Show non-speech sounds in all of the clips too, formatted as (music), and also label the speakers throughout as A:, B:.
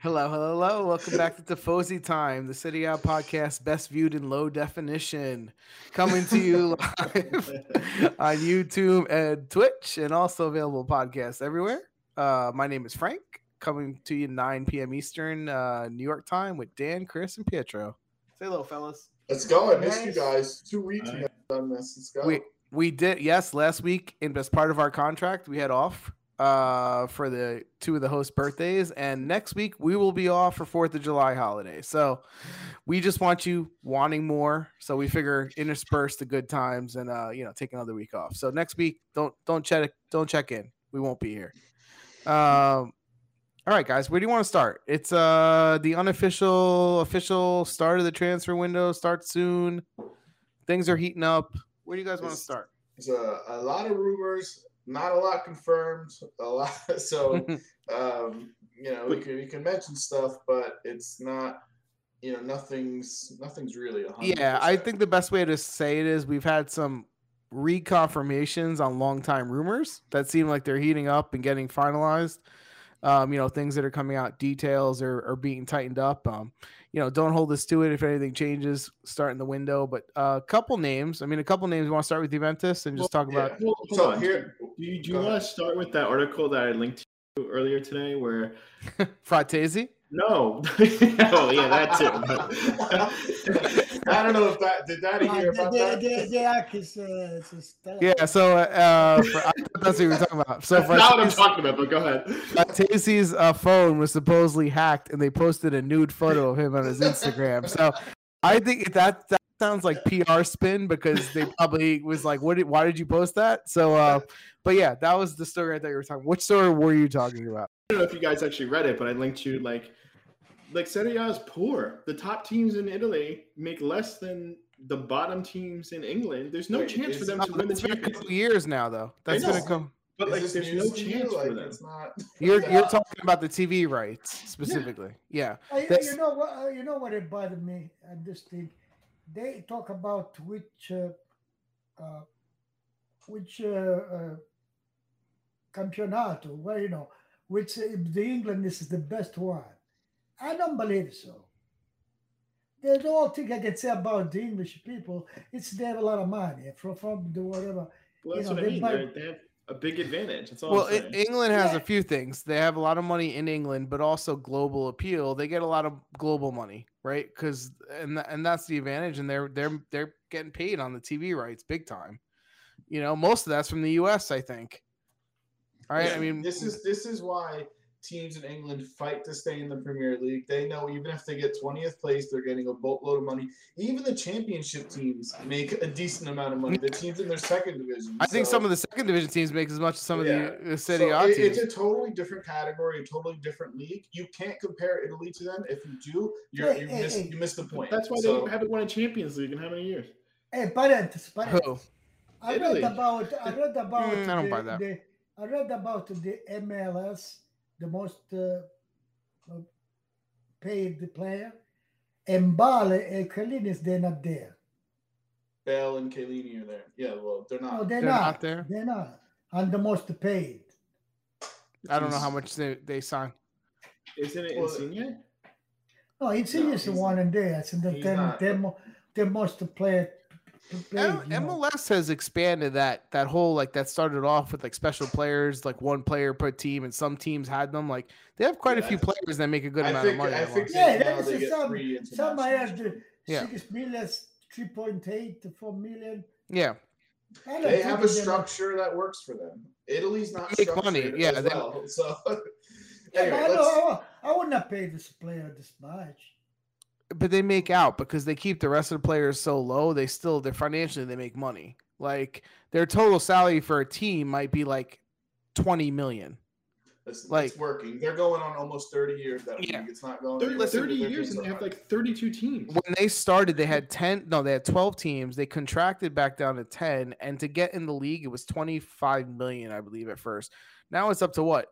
A: Hello, hello, hello. Welcome back to Tifosi Time, the City Out podcast, best viewed in low definition. Coming to you (laughs) live on YouTube and Twitch, and also available podcasts everywhere. Uh, my name is Frank, coming to you 9 p.m. Eastern, uh, New York time with Dan, Chris, and Pietro. Say hello, fellas.
B: Let's go. I missed you guys. Two weeks we haven't done this. Let's go.
A: We, we did, yes, last week, and as part of our contract, we had off uh for the two of the host birthdays and next week we will be off for fourth of july holiday so we just want you wanting more so we figure intersperse the good times and uh you know take another week off so next week don't don't check don't check in we won't be here um all right guys where do you want to start it's uh the unofficial official start of the transfer window starts soon things are heating up where do you guys want to
B: It's-
A: start
B: There's a, a lot of rumors, not a lot confirmed. A lot. (laughs) So,
A: (laughs)
B: um, you know, we can, we can mention stuff, but it's not, you know, nothing's nothing's really. a 100%.
A: Yeah, I think the best way to say it is we've had some reconfirmations on long time rumors that seem like they're heating up and getting finalized. Um, you know, things that are coming out, details are, are being tightened up. Um, you know, don't hold us to it if anything changes, start in the window. But a couple names, I mean, a couple names. You want to start with Juventus and just talk about
B: Yeah.
C: Well, hold
B: So
C: on.
B: here,
C: Do you, do
B: Go
C: you want
B: ahead.
C: to start with that article that I linked to earlier today? Where
A: Fratesi?
C: no, (laughs) oh yeah,
B: (laughs)
C: that (laughs) too.
B: I don't know if that did that hear
D: Uh,
B: about
D: they-
B: that.
D: they- they are Chris, uh, it's a style.
A: Yeah, so uh, for, I thought that's what you were talking about. So
C: (laughs) That's not what I'm
A: Fratesi-
C: talking about. But go ahead.
A: Tacy's uh, phone was supposedly hacked, and they posted a nude photo of him on his Instagram. So I think that that sounds like PR spin because they probably was like, "What? Did, why did you post that?" So, uh, but yeah, that was the story I thought you were talking. Which story were you talking about?
C: I don't know if you guys actually read it, but I linked you like like Serie A is poor. The top teams in Italy make less than the bottom teams in England. There's no
B: Wait,
C: chance for
B: is
C: them
B: it-
C: to win the
A: It's been a
C: Champions.
A: couple years now, though. That's
C: know.
A: gonna come.
C: But
B: Is
C: like,
B: this
C: there's
B: news
C: no
B: to you?
C: chance
B: Like,
C: for them.
B: It's not.
A: You're
B: Yeah.
A: you're talking about the TV rights specifically. Yeah,
D: Uh, you-
A: That's-
D: you know what? uh, You know what it bothered me at this thing. They talk about which uh, uh, which uh, uh, campeonato. Well, you know, which uh, the England is the best one. I don't believe so. There's all thing I can say about the English people. It's they have a lot of money from from the whatever.
C: Well, that's
D: You know,
C: what I
D: they
C: mean.
D: might-
C: They're, they have a big advantage. That's all.
A: Well,
C: I'm saying.
A: I- England has
D: Yeah.
A: a few things. They have a lot of money in England, but also global appeal. They get a lot of global money, right? Because and tha- and that's the advantage. And they're they're they're getting paid on the TV rights big time. You know, most of that's from the U.S. I think. All right,
B: Yeah,
A: I mean,
B: this is this is why teams in England fight to stay in the Premier League. They know even if they get 20th place, they're getting a boatload of money. Even the championship teams make a decent amount of money. The teams in their second division.
A: I think
B: so-
A: some of the second division teams make as much as some
B: Yeah.
A: of the uh,
B: so
A: Serie A
B: it-
A: teams.
B: it's a totally different category, a totally different league. You can't compare Italy to them. If you do, you're,
D: Hey,
B: you
D: hey,
B: miss
D: hey.
B: you miss the point.
C: That's why
B: So-
C: they haven't won a Champions League in how many years?
D: Hey, parents, parents.
A: Who?
D: I
C: Italy.
D: read about I read about
A: Mm, I don't
D: the,
A: buy that.
D: the- I read about the MLS, the most uh, uh, paid player, and Bale and Kalinis, they're not there.
B: Bell and Kalini are there. Yeah, well, they're
D: No,
B: not.
D: they're,
A: They're
D: not.
A: not there.
D: They're not. And the most paid.
A: I don't know how much they they sign.
C: Isn't it
B: Well,
C: Insigne?
D: No, it's
B: No,
D: just
B: he's-
D: one and there. It's the
B: he's
D: they're,
B: not.
D: they're, mo- they're most player. Played,
A: M-
D: you know.
A: MLS has expanded that that whole like that started off with like special players, like one player per team, and some teams had them. Like they have quite a
B: Yeah,
A: few
B: I-
A: players that make a good
B: I
A: amount
B: think
A: of money.
B: I
A: now.
B: think
D: Yeah,
B: they- now
D: that is
B: they
D: a
B: get
D: sub-
B: three
D: Some I
B: internationals.
D: have the
A: Yeah.
D: six million, three point eight, four million.
A: yeah,
D: I don't
B: they
D: think
B: have a
D: they're not-
B: structure that works for them. Italy's not
A: They make money,
B: structured
A: yeah,
B: as
A: they-
B: well, (laughs) so
D: Yeah,
B: anyway,
D: but I,
B: let's-
D: don't, I, would not pay this player this much. (clears throat)
A: but they make out because they keep the rest of the players so low. They still they're financially they make money. Like their total salary for a team might be like twenty million.
B: it's,
A: like-
B: it's working. They're going on almost thirty years that
A: Yeah.
B: league. It's not going.
C: Thirty,
B: anywhere.
C: 30
B: Their
C: years
B: teams
C: and they
B: are
C: have
B: hot.
C: like 32 teams.
A: When they started, they had ten. No, they had twelve teams. They contracted back down to ten, and to get in the league, it was twenty five million, I believe, at first. Now it's up to what,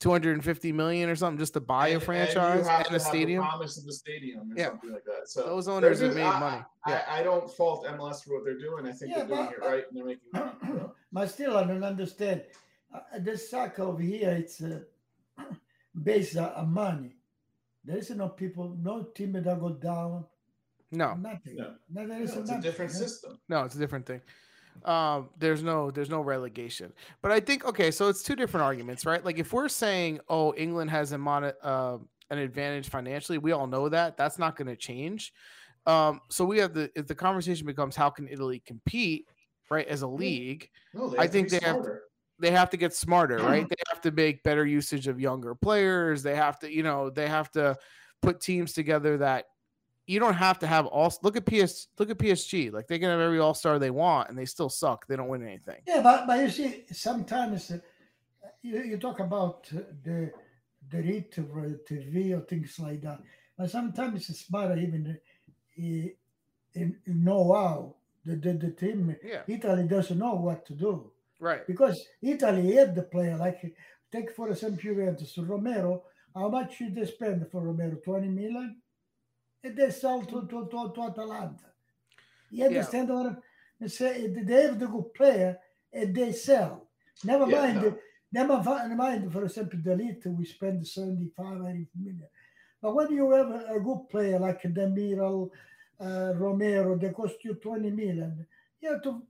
A: two hundred and fifty million or something, just to buy
B: And-
A: a
B: and you
A: franchise and,
B: have to
A: a
B: have the
A: stadium.
B: promise of the stadium, or
A: Yeah.
B: something like that. So
A: Those
B: they're
A: owners have
B: just-
A: made
B: I-
A: money. Yeah.
B: I, I don't fault MLS for what they're doing. I think
D: Yeah,
B: they're doing
D: but-
B: it right and they're making
D: (clears throat)
B: money. so.
D: but still, I don't understand. (clears throat) Uh, this soccer over here, it's uh, based on, on money. There is no people, no team that go down.
A: No,
D: Nothing.
C: No.
D: No, there is
B: It's a
D: nothing,
B: different
D: no?
B: system.
A: no, it's a different thing. Um, there's no there's no relegation. But I think okay, so it's two different arguments, right? Like if we're saying, oh, England has a mon- uh, an advantage financially, we all know that that's not going to change. Um, so we have the if the conversation becomes how can Italy compete, right, as a league?
B: No, they
A: I
B: have to
A: think
B: be
A: they have-
B: smarter.
A: they have to get smarter, right? They have to make better usage of younger players. They have to, you know, they have to put teams together that you don't have to have all. Look at PS. Look at PSG. Like they can have every all star they want, and they still suck. They don't win anything.
D: Yeah, but, but you see, sometimes uh, you, you talk about uh, the the rate of uh, TV or things like that, but sometimes it's better even uh, in, in, in know how the, the, the team
A: Yeah.
D: Italy doesn't know what to do
A: Right.
D: because Italy had the player. Like take for example Juventus Romero. How much did they spend for Romero? Twenty million, and they sold to to to, to Atalanta. You understand what I'm they say? They have the good player and they sell. Never
B: Yeah,
D: mind.
B: no.
D: Never fi- mind. For example, the elite we spend 75, 80 million. But when you have a, a good player like Demiral, uh, Romero, they cost you 20 million. You have to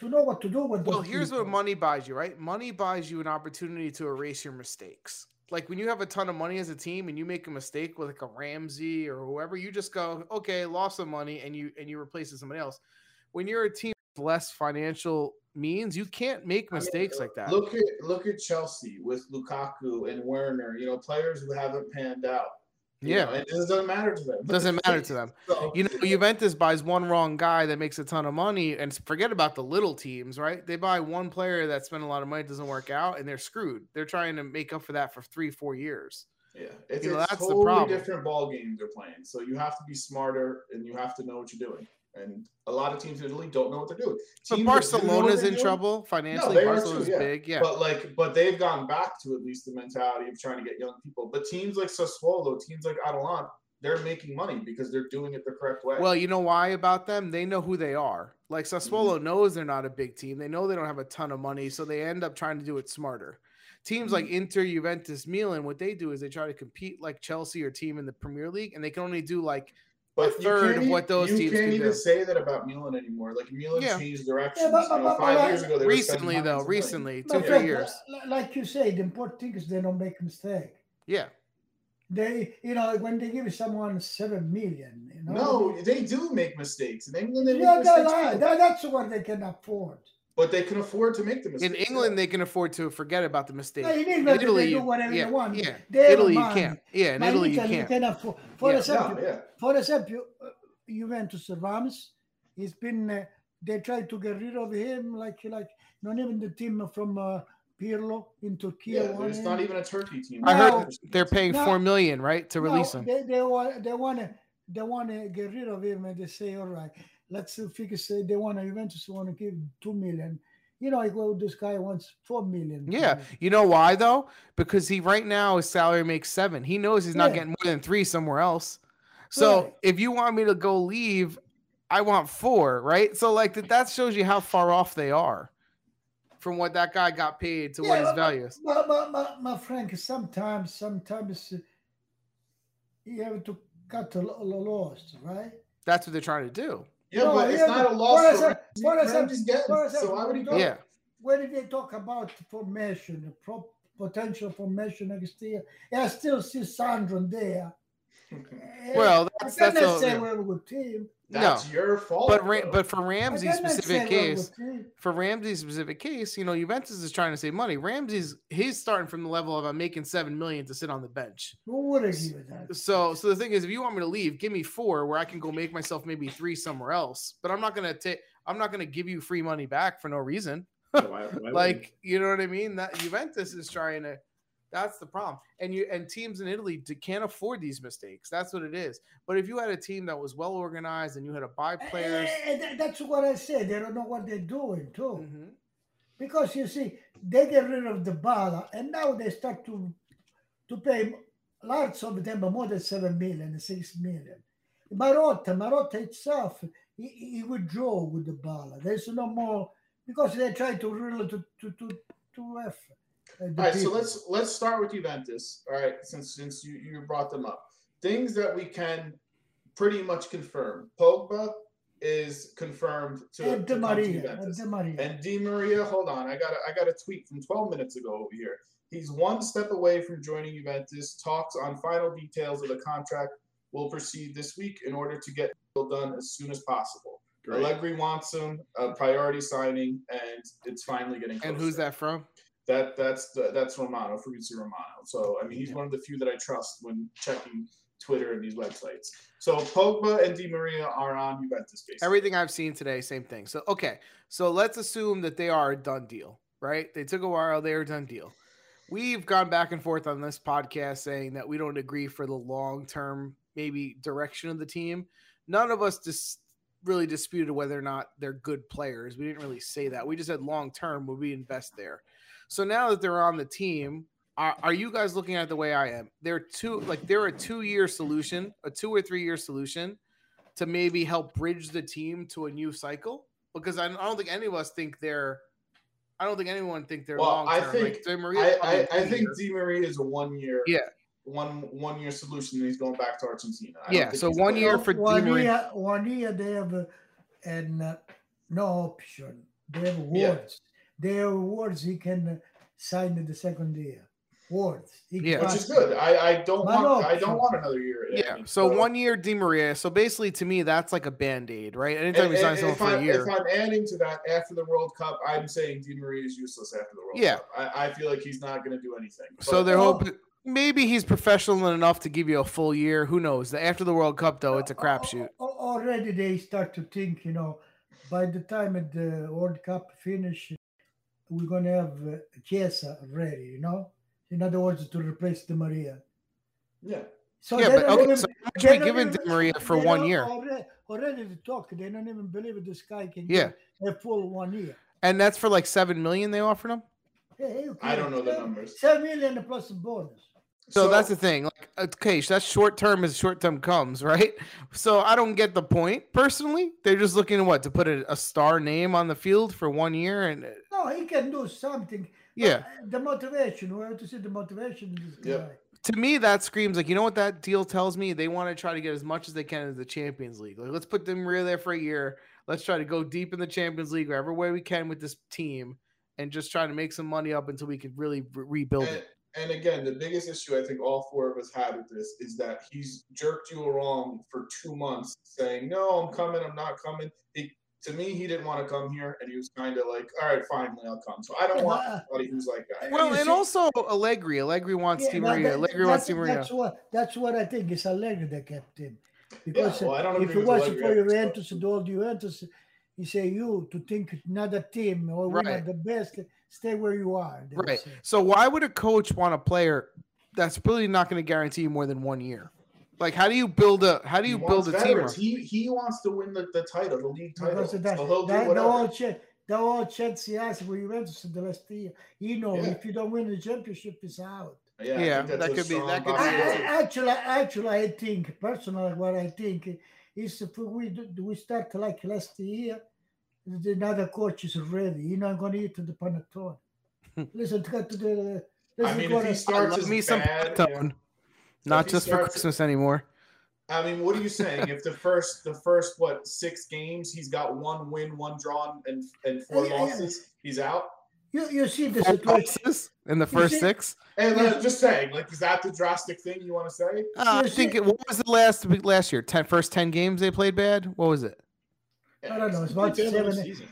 D: to know what to do with
A: Well,
D: those
A: here's what
D: people.
A: money buys you, right? Money buys you an opportunity to erase your mistakes. Like when you have a ton of money as a team and you make a mistake with like a Ramsey or whoever, you just go, okay, lost some money and you and you replace it with somebody else. When you're a team with less financial means, you can't make
B: mean,
A: mistakes like that.
B: Look at look at Chelsea with Lukaku and Werner. You know, players who haven't panned out. you
A: yeah.
B: know, and it doesn't matter to them. (laughs)
A: doesn't matter to them.
B: So,
A: You know, Juventus buys one wrong guy that makes a ton of money, and forget about the little teams, right? They buy one player that spent a lot of money, doesn't work out, and they're screwed. They're trying to make up for that for three, four years.
B: yeah, it's
A: you know,
B: a
A: that's the
B: totally
A: problem.
B: different ball game they're playing. So you have to be smarter and you have to know what you're doing. And a lot of teams in the league don't know what they're doing.
A: So
B: Teams that do know what
A: Barcelona's
B: they're
A: in
B: doing,
A: trouble financially.
B: they are too,
A: Barcelona's
B: yeah.
A: big, yeah.
B: But like, but they've gone back to at least the mentality of trying to get young people. But teams like Sassuolo, teams like Atalanta, they're making money because they're doing it the correct way.
A: well, you know why about them? They know who they are. Like Sassuolo
D: Mm-hmm.
A: knows they're not a big team. They know they don't have a ton of money, so they end up trying to do it smarter. Teams like
D: Mm-hmm.
A: Inter, Juventus, Milan, what they do is they try to compete like Chelsea or team in the Premier League, and they can only do like
B: but
A: a
B: you
A: third
B: can't
A: of
B: e-
A: what those
B: you
A: teams
B: can't
A: can
B: even
A: do.
B: say that about Milan anymore. Like Milan
A: Yeah.
B: changed directions.
D: but-
B: you know,
D: but-
B: five
D: but-
B: years ago, they were spending
A: recently though
B: millions of money.
A: recently
D: But
A: two three
D: like-
A: years
D: li- Like you say, the important thing is they don't make mistake.
A: yeah
D: They, you know, when they give someone seven million, you know,
B: No, they do make mistakes in England. They make
D: yeah, that,
B: mistakes too.
D: that- that's what they can afford.
B: but they can afford to make the
A: in
B: mistakes.
A: england they can afford to forget about the mistake
D: Yeah, in
A: In
D: England,
A: italy
D: they
A: you,
D: do whatever
A: yeah,
D: they want.
A: yeah
D: They have
A: italy you
D: money.
A: can't yeah in
D: But
A: italy you
D: Italy
A: can't
D: can afford. For
A: Yeah.
D: example,
B: yeah, yeah.
D: for example, uh, Juventus Rams, he's been. Uh, they tried to get rid of him, like like not even the team from uh, Pirlo in Turkey.
B: Yeah,
D: wanted
B: there's not
D: him.
B: even a Turkey team.
A: i heard
D: No.
A: that they're paying
D: No.
A: four million right to release
D: no,
A: him
D: They, they want they want to they want to get rid of him, and they say, all right, let's uh, figure. Say they want to eventually want to give two million. You know, like well, this guy wants four million.
A: yeah you know why though because he right now his salary makes seven he knows he's not
D: Yeah.
A: getting more than three somewhere else so
D: Right.
A: if you want me to go leave i want four right so like that, that shows you how far off they are from what that guy got paid to what
D: Yeah,
A: his
D: but-
A: value is
D: My, my, my, my Frank, sometimes, sometimes uh, you have to cut a, lo- a loss, right?
A: that's what they're trying to do
B: Yeah,
D: No,
B: but it's
D: yeah,
B: not a
D: but-
B: loss.
D: what is
B: for
D: that-
B: Ramsey.
D: what is that-
B: Ramsey's getting-
D: what is that-
B: So why would he go?
D: No.
A: yeah
D: When they talk about formation, pro, potential formation next year, I still see Sandro there. Eh,
A: Well,
D: I
A: that's that's
D: cannot
A: a,
D: say we're a good team.
B: (laughs) That's your fault.
A: but Ra-
B: though.
A: but for
D: I
A: Ramsey's
D: cannot
A: specific
D: say we're a
A: case,
D: good team.
A: for Ramsey's specific case, you know, Juventus is trying to save money. Ramsey's he's starting from the level of I'm making seven million to sit on the bench.
D: Who would agree with that?
A: So so the thing is, if you want me to leave, give me four where I can go make myself maybe three somewhere else. But I'm not gonna take I'm not gonna give you free money back for no reason.
C: Why- why would-
A: Like you know what I mean? That Juventus is trying to. That's the problem, and you and teams in Italy d- can't afford these mistakes. That's what it is. But if you had a team that was well organized and you had to buy players,
D: Eh, eh, that- that's what I said. They don't know what they're doing, too.
A: Mhm.
D: Because you see, they get rid of the Bala, and now they start to to pay lots of them more than seven million, six million. Marotta, Marotta itself, he, he withdraw with the Bala. There's no more because they try to really to to to, to F. uh, the
B: All right, so
D: people.
B: let's let's start with Juventus. All right, since since you, you brought them up, things that we can pretty much confirm: Pogba is confirmed to,
D: and
B: uh, to
D: Di
B: come to
D: Maria, and
B: Juventus.
D: Di Maria.
B: And Di Maria, hold on, I got a, I got a tweet from 12 minutes ago over here. He's one step away from joining Juventus. Talks on final details of the contract will proceed this week in order to get the deal done as soon as possible.
C: Great.
B: Allegri wants him, a priority signing, and it's finally getting.
A: And
B: closer.
A: who's that from?
B: That that's the, that's Romano, Fabrizio Romano. So I mean, he's
A: Yeah.
B: one of the few that I trust when checking Twitter and these websites. So Pogba and Di Maria are on Juventus. Basically.
A: Everything I've seen today, same thing. So okay, so let's assume that they are a done deal, right? They took a while, they are a done deal. We've gone back and forth on this podcast saying that we don't agree for the long term, maybe direction of the team. None of us dis- really disputed whether or not they're good players. We didn't really say that. We just said long term would we invest there. So now that they're on the team, are, are you guys looking at it the way I am? They're two like they're a two year solution, a two or three year solution to maybe help bridge the team to a new cycle because I don't I don't think any of us think they're I don't think anyone think they're
B: Well,
A: long
B: I
A: term.
B: think- I, I, I think Di Maria is a one year.
A: Yeah.
B: One one year solution, and he's going back to Argentina. I don't
A: Yeah,
B: think
A: so
B: he's
A: one
B: playing.
A: year for Di
D: one
A: Maria.
D: year, one year they have uh, an uh, no option. They have awards. They have awards. He can uh, sign in the second year. Awards. He
A: Yeah.
B: which
D: can-
B: is good. I, I don't
D: My
B: want I
D: option.
B: don't want another year. at
A: yeah.
B: Andy,
A: So one year Di Maria. So basically, to me, that's like a band aid, right? Anytime
B: And,
A: you sign
B: and,
A: someone
B: if,
A: for a
B: I'm,
A: year,
B: if I'm adding to that, after the World Cup, I'm saying Di Maria is useless after the World
A: Yeah.
B: Cup. I, I feel like he's not going to do anything.
A: so
B: But-
A: they're
D: Oh.
A: hoping maybe he's professional enough to give you a full year. Who knows? After the World Cup, though, it's a
D: Al- al-
A: crapshoot.
D: al- Already they start to think, you know, by the time at the World Cup finish, we're gonna have uh, Chiesa ready, you know. In other words, to replace the Maria.
B: yeah.
D: So
A: yeah,
D: they
A: but
D: don't
A: okay.
D: even-
A: So how much
D: they
A: are we
D: don't
A: giving Di
D: even-
A: Maria for
D: they
A: one
D: don't
A: year?
D: Already, already the talk. They don't even believe this guy can
A: Yeah.
D: get a full one year.
A: And that's for like seven million they offered him.
D: Hey, okay.
B: I don't know the numbers.
D: Seven million plus a bonus.
A: So, that's the thing. Like, uh, okay, so that's short term as short term comes, right? So I don't get the point personally. They're just looking to what to put a, a star name on the field for one year, and uh,
D: No, he can do something. But
A: yeah,
D: The motivation. We have to see the motivation in this
B: Yep.
D: guy.
A: to me that screams like you know what that deal tells me. They want to try to get as much as they can into the Champions League. Like, let's put them real there for a year. Let's try to go deep in the Champions League, wherever way we can with this team, and just try to make some money up until we can really re- rebuild
B: and,
A: it.
B: and again, the biggest issue I think all four of us had with this is that he's jerked you along for two months, saying, "No, I'm coming. I'm not coming." He, to me, he didn't want to come here, and he was kind of like, "All right, finally, I'll come." So I don't
D: Yeah,
B: want
D: but, uh,
B: somebody who's like that.
D: and
A: Well,
D: you
A: and
D: see-
A: also Allegri. Allegri wants Di
D: Yeah, that-
A: Maria.
D: that-
A: Allegri wants Di
D: that's-
A: Maria.
D: That's what that's what I think. It's Allegri that kept him. Because
B: well, I don't
D: uh, if
B: agree
D: it
B: with
D: wasn't for
B: Allegri at this point.
D: Juventus and all Juventus, he say you to think another team or we're
A: Right.
D: not the best, stay where you are. they would
A: Right.
D: say.
A: So why would a coach want a player that's really not going to guarantee you more than one year? Like, how do you build a how do you
B: He
A: build
B: wants
A: a team?
B: veterans.
A: around-
B: He he wants to win the, the title, the league title.
D: Because
B: So
D: of that,
B: he'll do
D: that, the
B: whatever.
D: whole chance, the whole chance he has with Juventus in the last year. You know,
B: Yeah.
D: if you don't win the championship, it's out.
B: Yeah, I
A: Yeah,
B: think that's
A: that
B: a
A: could be-
B: strong
A: that could be
D: I,
B: box
A: it.
D: I,
B: score.
D: actually, actually, I think personally, what I think is if we do, do we start like last year, the- another coach is ready. You're not going to eat the panettone.
A: (laughs)
D: listen to go to the.
B: I
D: Listen
B: mean,
D: to
B: if
D: what
B: he
A: I
B: starts
A: love
B: as
A: me some
B: bad, yeah.
A: Panettone. Not
B: he
A: just for
B: starts-
A: Christmas anymore.
B: I mean, what are you saying? if the first the first what six games he's got one win, one draw, and and four
D: Yeah, yeah, yeah.
B: losses, he's out.
D: you you see the
A: Four
D: situation.
A: losses in the first
D: see-
A: six.
B: And
D: Yeah.
B: I'm just saying, like, is that the drastic thing you want to say?
A: Uh, I
D: you
A: think
D: see-
A: it, what was the last week last year? Ten first ten games they played bad. What was it?
D: I don't know.
C: Pretty
D: It's about
C: good
D: seven.
C: this season.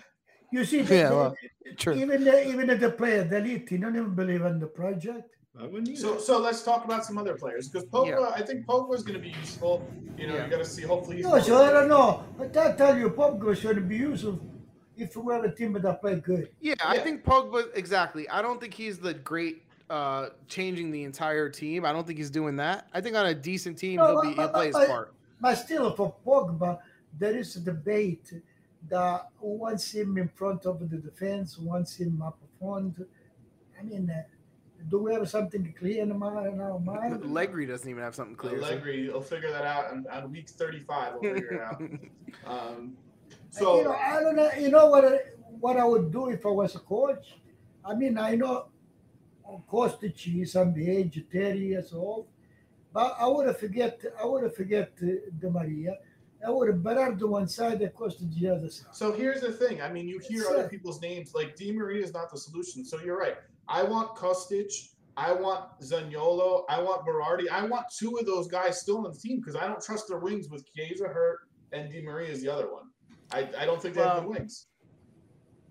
D: You see, the,
A: Yeah, well, true.
D: even the, even the player, the elite, you don't even believe in the project.
C: I wouldn't either.
B: So, so let's talk about some other players because Pogba,
A: Yeah.
B: I think Pogba is going to be useful. You know,
A: Yeah.
B: you got to see. Hopefully, he's
D: No, so I don't know. But I tell you, Popko should be useful if we have a team that play good.
A: Yeah, I
B: Yeah.
A: think Pogba exactly. I don't think he's the great uh changing the entire team. I don't think he's doing that. I think on a decent team
D: No,
A: he'll
D: but-
A: be he'll
D: but-
A: play his
D: but-
A: part.
D: But still, for Pogba, there is a debate that wants him in front of the defense, wants him up front. I mean, uh, do we have something clear in our in our mind?
A: Allegri doesn't even have something clear. so-
B: Allegri. He'll figure that out, and on week thirty-five, he'll figure it
D: (laughs)
B: out. Um,
D: you know,
B: so,
D: I don't know. You know what? I, what I would do if I was a coach? I mean, I know of course, the cheese. I'm the age of 30 years old. But I would have forget. I would have forget uh, the Maria. I would have Bernardo one side, of course, the other side.
B: So here's the thing. I mean, you hear
D: That's
B: other
D: it.
B: people's names. Like Di Maria is not the solution. So you're right. I want Kostic. I want Zaniolo. I want Berardi. I want two of those guys still on the team because I don't trust their wings with Chiesa hurt and Di Maria is the other one. I, I don't think they have
A: Well,
B: good wings.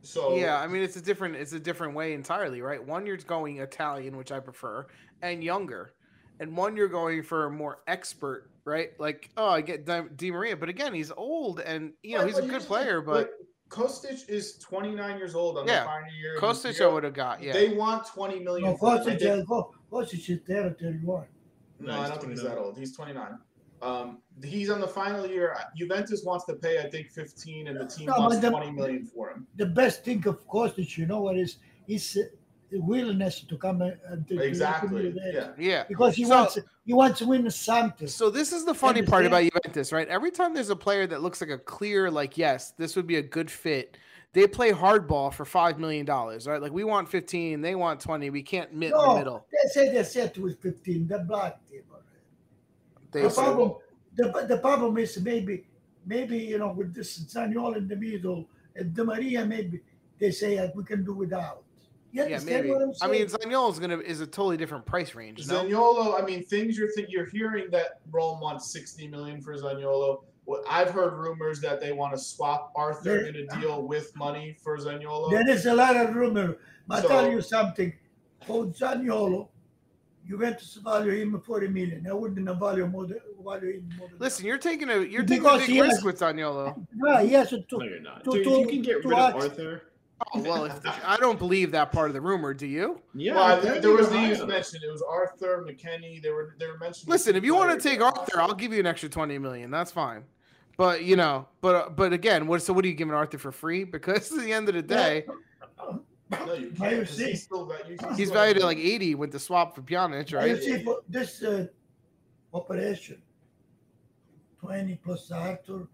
B: So
A: Yeah, I mean it's a different it's a different way entirely, right? One you're going Italian, which I prefer, and younger, and one you're going for a more expert, right? Like oh, I get Di, Di Maria, but again, he's old, and you know
B: Right,
A: he's
B: but
A: a good
B: here's the
A: player,
B: thing,
A: but
B: Kostic is 29 years old on
A: Yeah,
B: the final year. of his
A: Kostic I
B: deal.
A: would have got, yeah.
B: They want 20 million.
D: No,
B: for him.
D: Kostic,
B: They-
D: uh, Ko- Kostic is there at 31.
B: No,
C: Nice,
B: I don't think he's
C: 29.
B: that old. He's 29. Um, he's on the final year. Juventus wants to pay, I think, 15, and the team
D: No,
B: wants
D: but the-
B: 20 million for him.
D: The best thing of Kostic, you know what is, is uh, the willingness to come and and to- to
B: Exactly.
D: accommodate that.
B: Yeah.
A: yeah.
D: Because he
A: So-
D: wants he wants to win something.
A: So this is the funny part about Juventus, right? Every time there's a player that looks like a clear, like yes, this would be a good fit. They play hardball for five million dollars, right? Like we want fifteen, they want twenty. We can't meet in the
D: No.
A: middle.
D: They say they're set with 15, the black team.
A: They
D: The
B: Yes,
A: say,
D: problem, the, the problem is maybe, maybe, you know, with this Zaniol in the middle, and Di Maria, maybe they say uh, we can do without. You
A: yeah,
D: understand
A: maybe.
D: what I'm
A: I
D: saying?
A: mean, Zaniolo is gonna is a totally different price range. No?
B: Zaniolo, I mean, things you're think you're hearing that Rome wants 60 million for Zaniolo. What I've heard rumors that they want to swap Arthur in a deal with money for Zaniolo.
D: There is a lot of rumor. But
B: So-
D: I tell you something. For Zaniolo, you went to value him 40 million. I wouldn't have value more than, value him more than
A: Listen,
D: that.
A: you're taking a you're taking a
D: Because
A: big
D: he has-
A: risk with
D: (laughs)
A: Zaniolo.
D: No, he has to.
C: No, you're not.
D: to-
C: Dude,
D: to-
C: if you can get
D: to
C: rid of
D: us-
C: Arthur.
A: Oh, well, if I don't believe that part of the rumor, do you?
C: Yeah,
B: Well, I-
C: that'd be
B: there was
C: the high
B: names
C: end.
B: mentioned. It was Arthur, McKenny. They were they were mentioned.
A: Listen, if you want to take Arthur, I'll give you an extra twenty million. That's fine. But you know, but but again, what so what are you giving Arthur for free? (laughs) Because at the end of the day,
B: No, you
D: Now you
B: can't. 'cause
D: see.
B: He's, still, va- you can
A: He's
B: still-
A: valued at like 80 with the swap for Pjanic,
D: You
A: right?
D: see, for this uh, operation, 20 plus Arthur,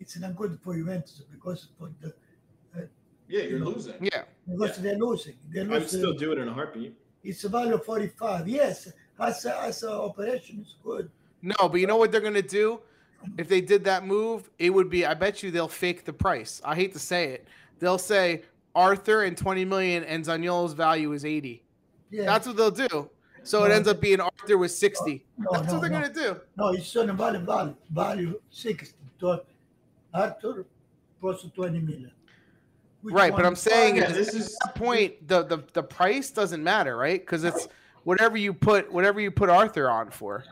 D: it's not good for Juventus because for the,
B: Yeah, you're losing.
A: Yeah.
D: because they're losing. They're
C: I'd
D: losing.
C: still do it in a heartbeat.
D: it's a value of 45. Yes, as a, as a operation is good.
A: No, but you know what they're going to do? If they did that move, it would be I bet you they'll fake the price. I hate to say it. They'll say Arthur and 20 million and Zaniolo's value is 80.
D: Yeah.
A: That's what they'll do. So it
D: No.
A: ends up being Arthur with 60.
D: no,
A: That's
D: no,
A: what they're
D: no.
A: going to do.
D: No, it's on a value, value, value 60. to Arthur plus 20 million. Which
A: Right, but
D: one?
A: I'm saying
B: Yeah,
A: at
B: this is
A: that point the, the the price doesn't matter, right? Cuz it's whatever you put whatever you put Arthur on for.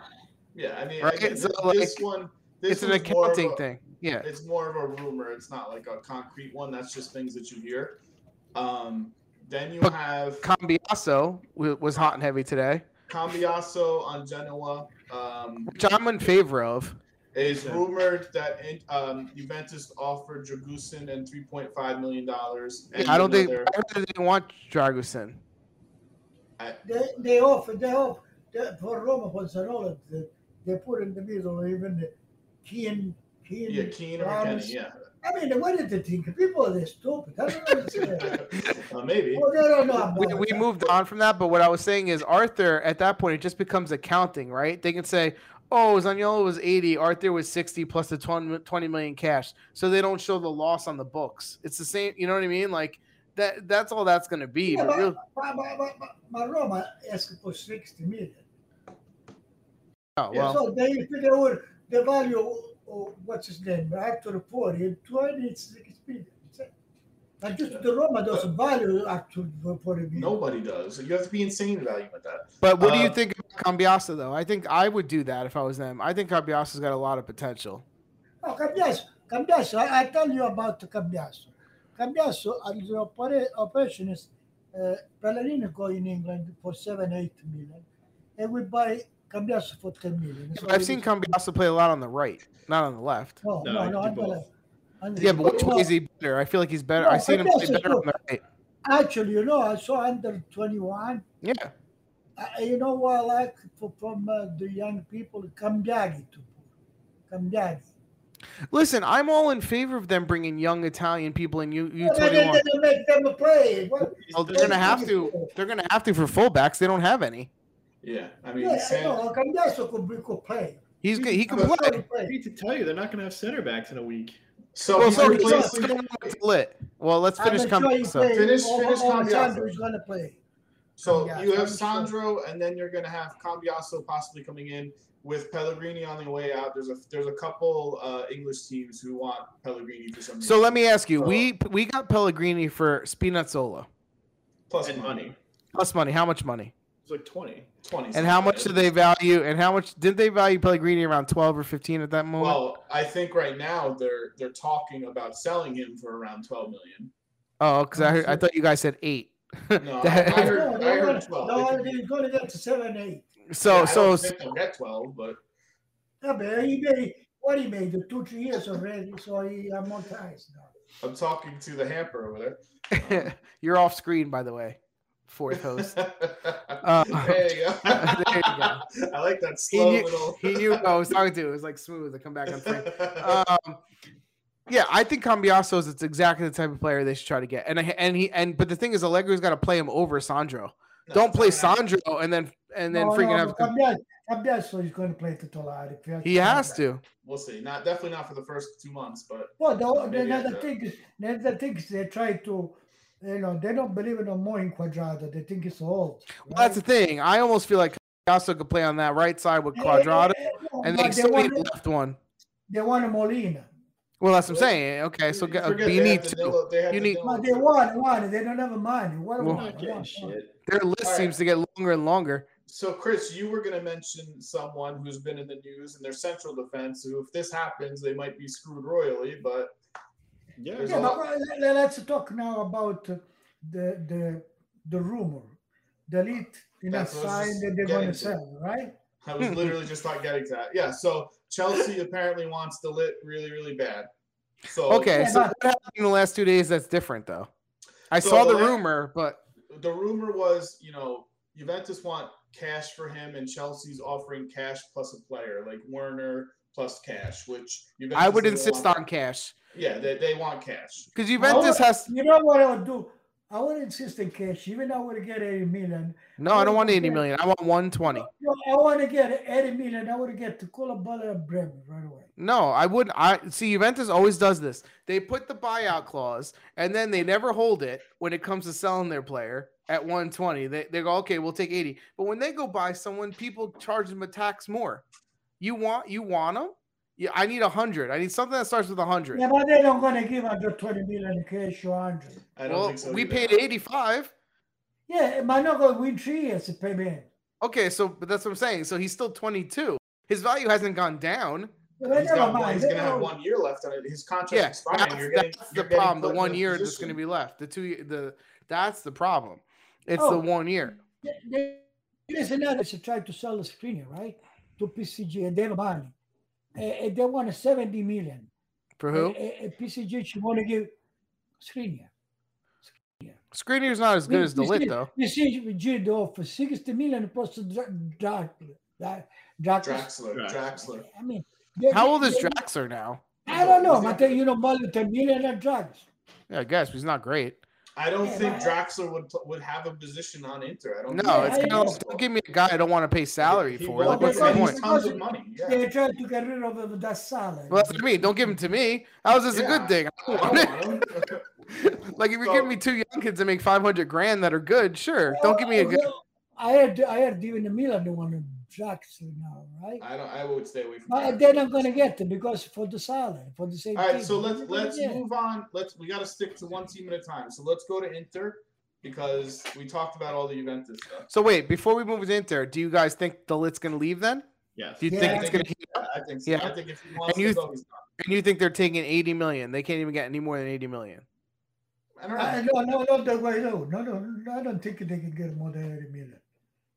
B: Yeah, I mean,
A: Right,
B: again,
A: so,
B: th- this
A: like,
B: one, this
A: it's an
B: one's more of
A: accounting
B: a-
A: thing. Yeah.
B: It's more of a rumor. It's not like a concrete one. That's just things that you hear. Um, then you
A: But-
B: have
A: Cambiaso wa- was hot and heavy today,
B: Cambiaso on Genoa. Um,
A: which I'm in favor of.
B: it is
C: Yeah.
B: rumored that in, um, Juventus offered Dragusin and three point five million dollars.
A: I don't think I heard they didn't want Dragusin.
D: They, they offer, they offer, they, for Roma, for Zanola, they, they put in the middle even Keane, Keane.
B: Yeah, Keane or
D: Ramos.
B: McKenny. Yeah,
D: I mean, what did they think? People are stupid. I
A: (laughs)
D: don't understand.
B: Uh, maybe.
D: oh, they don't know about
A: We, we
D: that.
A: moved on from that, but what I was saying is Arthur at that point it just becomes accounting, right? They can say, "Oh, Zaniolo was 80, Arthur was 60 plus the 20, 20 million cash," so they don't show the loss on the books. It's the same, you know what I mean? Like that. That's all that's going to be.
D: Yeah,
A: but
D: but,
A: real-
D: but, but, but, but, but Roma asked for 60 million.
A: oh,
B: yeah,
A: well,
D: So they figure out the value of what's his name, after 40, and 20, it's experience. And just the Roma doesn't value after 40 million.
B: Nobody does. You have to be insane value at that.
A: but what do you
B: uh,
A: think of Cambiaso though? I think I would do that if I was them. I think Cambiaso's got a lot of potential.
D: No, Cambiasso, Cambiasso, I, I tell you about Cambiasso. Cambiasso, as an opera, operationist, uh, Pellegrino go in England for seven, eight million, and we buy Cambiasso for 10 million. So
A: I've seen
D: it is-
A: Cambiasso play a lot on the right, not on the left.
D: Oh,
C: No,
D: No, no,
C: you
D: no,
C: do
D: I'm gonna-
C: both.
D: I'm
A: Yeah, but which
D: no,
A: way is he better? I feel like he's better.
D: No,
A: I seen him play
D: Cambiaso's
A: better on the right.
D: Actually, you know, I saw under 21.
A: Yeah,
D: I, you know what I like for, from uh, the young people? Cambiaghi to Cambiaghi.
A: Listen, I'm all in favor of them bringing young Italian people in U U
D: Well, then
A: twenty
D: they
A: one.
D: didn't make them play. What?
A: Well, they're gonna have to. They're gonna have to for fullbacks. They don't have any.
B: Yeah, I mean,
D: Yeah, I
B: Sam-
D: know. Cambiasso could, could play.
A: He's g- he can
D: I'm sure
A: play.
D: he
C: I
D: played.
C: hate to tell you, they're not going to have center backs in a week.
B: so
A: Well,
B: he's
A: so
D: he's-
A: let's
B: replacing-
A: go on what's lit. Well, let's
D: I'm
A: finish
D: sure he
A: coming. So
D: played.
B: Finish-
D: All-
B: finish
D: all
B: Cambiasso.
D: Sandro's going to play.
B: So
D: Yeah,
B: you have
D: I'm sure.
B: Sandro, and then you're going to have Cambiasso possibly coming in with Pellegrini on the way out. There's a there's a couple uh, English teams who want Pellegrini for some reason.
A: so let me ask you. We we got Pellegrini for Spinazzola
B: plus
C: And money.
A: plus money. How much money?
C: It's like 20.
B: twenty.
A: And how much do they value? And how much did they value Pellegrini around twelve or fifteen at that moment?
B: Well, I think right now they're they're talking about selling him for around
A: (laughs)
B: twelve million.
A: oh, because I
D: I'm
A: heard, I
D: sure.
A: thought you guys said eight.
B: No,
A: That-
B: I heard-
D: No, they're
B: I heard
D: gonna-
B: 12.
D: No, they're going to get to seven, eight.
A: so
B: Yeah, I
A: so
B: don't think they'll get twelve, but
D: Yeah, but he made what he made the two, three years already, so he amortized now.
B: I'm talking to the
A: (laughs)
B: hamper over there. (laughs)
A: you're off screen by the way. Fourth
B: (laughs)
A: host. Uh,
B: there (laughs) you go.
A: There you
B: I like that
A: He
B: slow
A: knew,
B: little.
A: he knew what I was talking to. It was like smooth. to come back on frame. (laughs) Um, yeah, I think Cambiasso is it's exactly the type of player they should try to get. And I, and he and but the thing is, Allegri's got to play him over Sandro. Don't play Sandro and then and then
D: No,
A: freaking
D: no,
A: have to,
D: Cambiasso, Cambiasso is going to play Titolari. if
A: he has to.
B: We'll see. Not definitely not for the first two months, but
D: Well, the, the,
B: Maybe
D: another
B: after.
D: thing is, another thing is they try to, you know, they don't believe no more in Quadrado. They think it's old.
A: Well, that's the thing. I almost feel like Cambiasso could play on that right side with
D: right?
A: Quadrado,
D: Yeah, yeah, yeah, no,
A: and
D: but
A: they
D: they
A: still need
D: want,
A: a left one.
D: they want a Molina.
A: Well, that's what I'm saying. Okay, so
B: You
A: get,
B: forget
A: you
B: they
A: need
B: have
A: two.
B: to deal- they have
A: You
B: to
A: need-
B: deal
D: But
B: with
D: they
B: it.
D: want one. They don't have a money. What
A: Well-
C: I'm
D: want?
C: not getting
D: want, want.
C: shit.
A: Their list
B: All right.
A: seems to get longer and longer.
B: So, Chris, you were going to mention someone who's been in the news and their central defense, who, if this happens, they might be screwed royally. But
C: Yeah.
B: There's
D: Yeah,
B: a
D: but
B: lot-
D: let- let- let's talk now about uh, the the the rumor. The lead in a
B: That's what I was
D: sign
B: just
D: that they're going
B: getting
D: to
B: to.
D: sell, right?
B: I
A: (laughs)
B: was literally just not getting to that. Yeah. So, Chelsea apparently wants the lit really, really bad. So,
A: Okay,
D: yeah,
A: so
D: but-
A: what happened in the last two days that's different though? I
B: So
A: saw
B: the
A: the
B: la-
A: rumor, but
B: the rumor was, you know, Juventus want cash for him, and Chelsea's offering cash plus a player like Werner plus cash, which Juventus
A: I would
B: doesn't
A: insist
B: want.
A: on cash
B: Yeah, they, they want cash.
A: because Juventus has
D: You know what I would do? I would insist in cash, even I would get 80 million.
A: no. I don't want eighty
D: Yeah.
A: million. I want one twenty.
D: No, I want to get 80 million. I would get to Koulibaly and Bremen right away.
A: No, I would. I see Juventus always does this. They put the buyout clause and then they never hold it when it comes to selling their player at one twenty. They they go okay, we'll take eighty. But when they go buy someone, people charge them a tax more. You want you want them. Yeah, I need a hundred. I need something that starts with a hundred.
D: Yeah, but they're not going to give 120 million in cash or 100.
B: I don't
A: well,
B: think so.
A: we
B: either.
A: paid eighty five.
D: Yeah, it might not go win three years to pay me.
A: Okay, so but that's what I'm saying. So he's still 22. His value hasn't gone down.
D: But
B: He's,
D: never
B: got one-
D: mind.
B: he's
D: They
B: gonna have
D: don't-
B: one year left on it. His contract
A: Yeah,
B: expiring.
A: that's,
B: you're getting,
A: that's
B: you're
A: the
B: getting
A: problem. The
B: put in
A: one
B: this
A: year that's going to
B: position.
A: be left. The two ye- the that's the problem. It's the
D: Oh.
A: one year.
D: They- they- There's another to try to sell a screener, right? To PCG and they have money. Eh, eh, they want a 70 million.
A: For who?
D: Eh, eh, eh, PCG should want to give screener.
A: Screenier's not as good as the lit though.
D: PCG they offer 60 million plus the dra- dra- dra- dra-
B: Draxler. Draxler.
D: I mean, they-
A: How
D: they-
A: old is
D: they-
A: Draxler now?
D: I don't know,
B: Is
D: but
B: he-
D: they, you know, more than 10 million are drugs.
A: Yeah, I guess but he's not great.
B: I don't
D: Yeah,
B: think
D: but-
B: Draxler would pl- would have a position on Inter. I don't.
A: No,
D: Oh, Yeah,
A: it's
D: I
A: kind
D: know.
A: of like, don't give me a guy I don't want to pay salary for. Like,
D: won't.
A: what's the
D: Because
A: point?
D: he's-
B: Tons of money. Yeah.
D: They tried to get rid of him, that salad.
A: Well, that's what I mean. Don't give him to me. How is this a
B: Yeah,
A: good thing? I
B: I
A: don't
B: don't
A: want it. (laughs)
B: want him.
A: Like, if you're
B: So-
A: giving me two young kids that make 500 grand that are good, sure. Don't give me
B: Oh,
A: a good.
D: Oh, I heard, I heard even the Milan they want drugs now, right?
B: (laughs) I don't. I would stay away from.
D: But
B: Draxler.
D: they're not going to get it because for the salad, for the same
B: All right,
D: thing.
B: so
D: They're
B: let's
D: not gonna
B: let's
D: get it.
B: move on. Let's we got to stick to one team at a time. So let's go to Inter because we talked about all the Juventus stuff.
A: So wait, before we move into there, do you guys think the lit's going to leave then?
C: Yes.
A: Do you
D: Yeah.
A: think it's going to heat
B: Yeah,
A: up?
B: I think so.
A: Yeah.
B: I think if he wants
A: And you-
B: to go, he's not.
A: And you think they're taking 80 million? They can't even get any more than 80 million.
B: I don't know.
D: Uh, no, no, no, no, no, no, no, no, I don't think they can get more than 80 million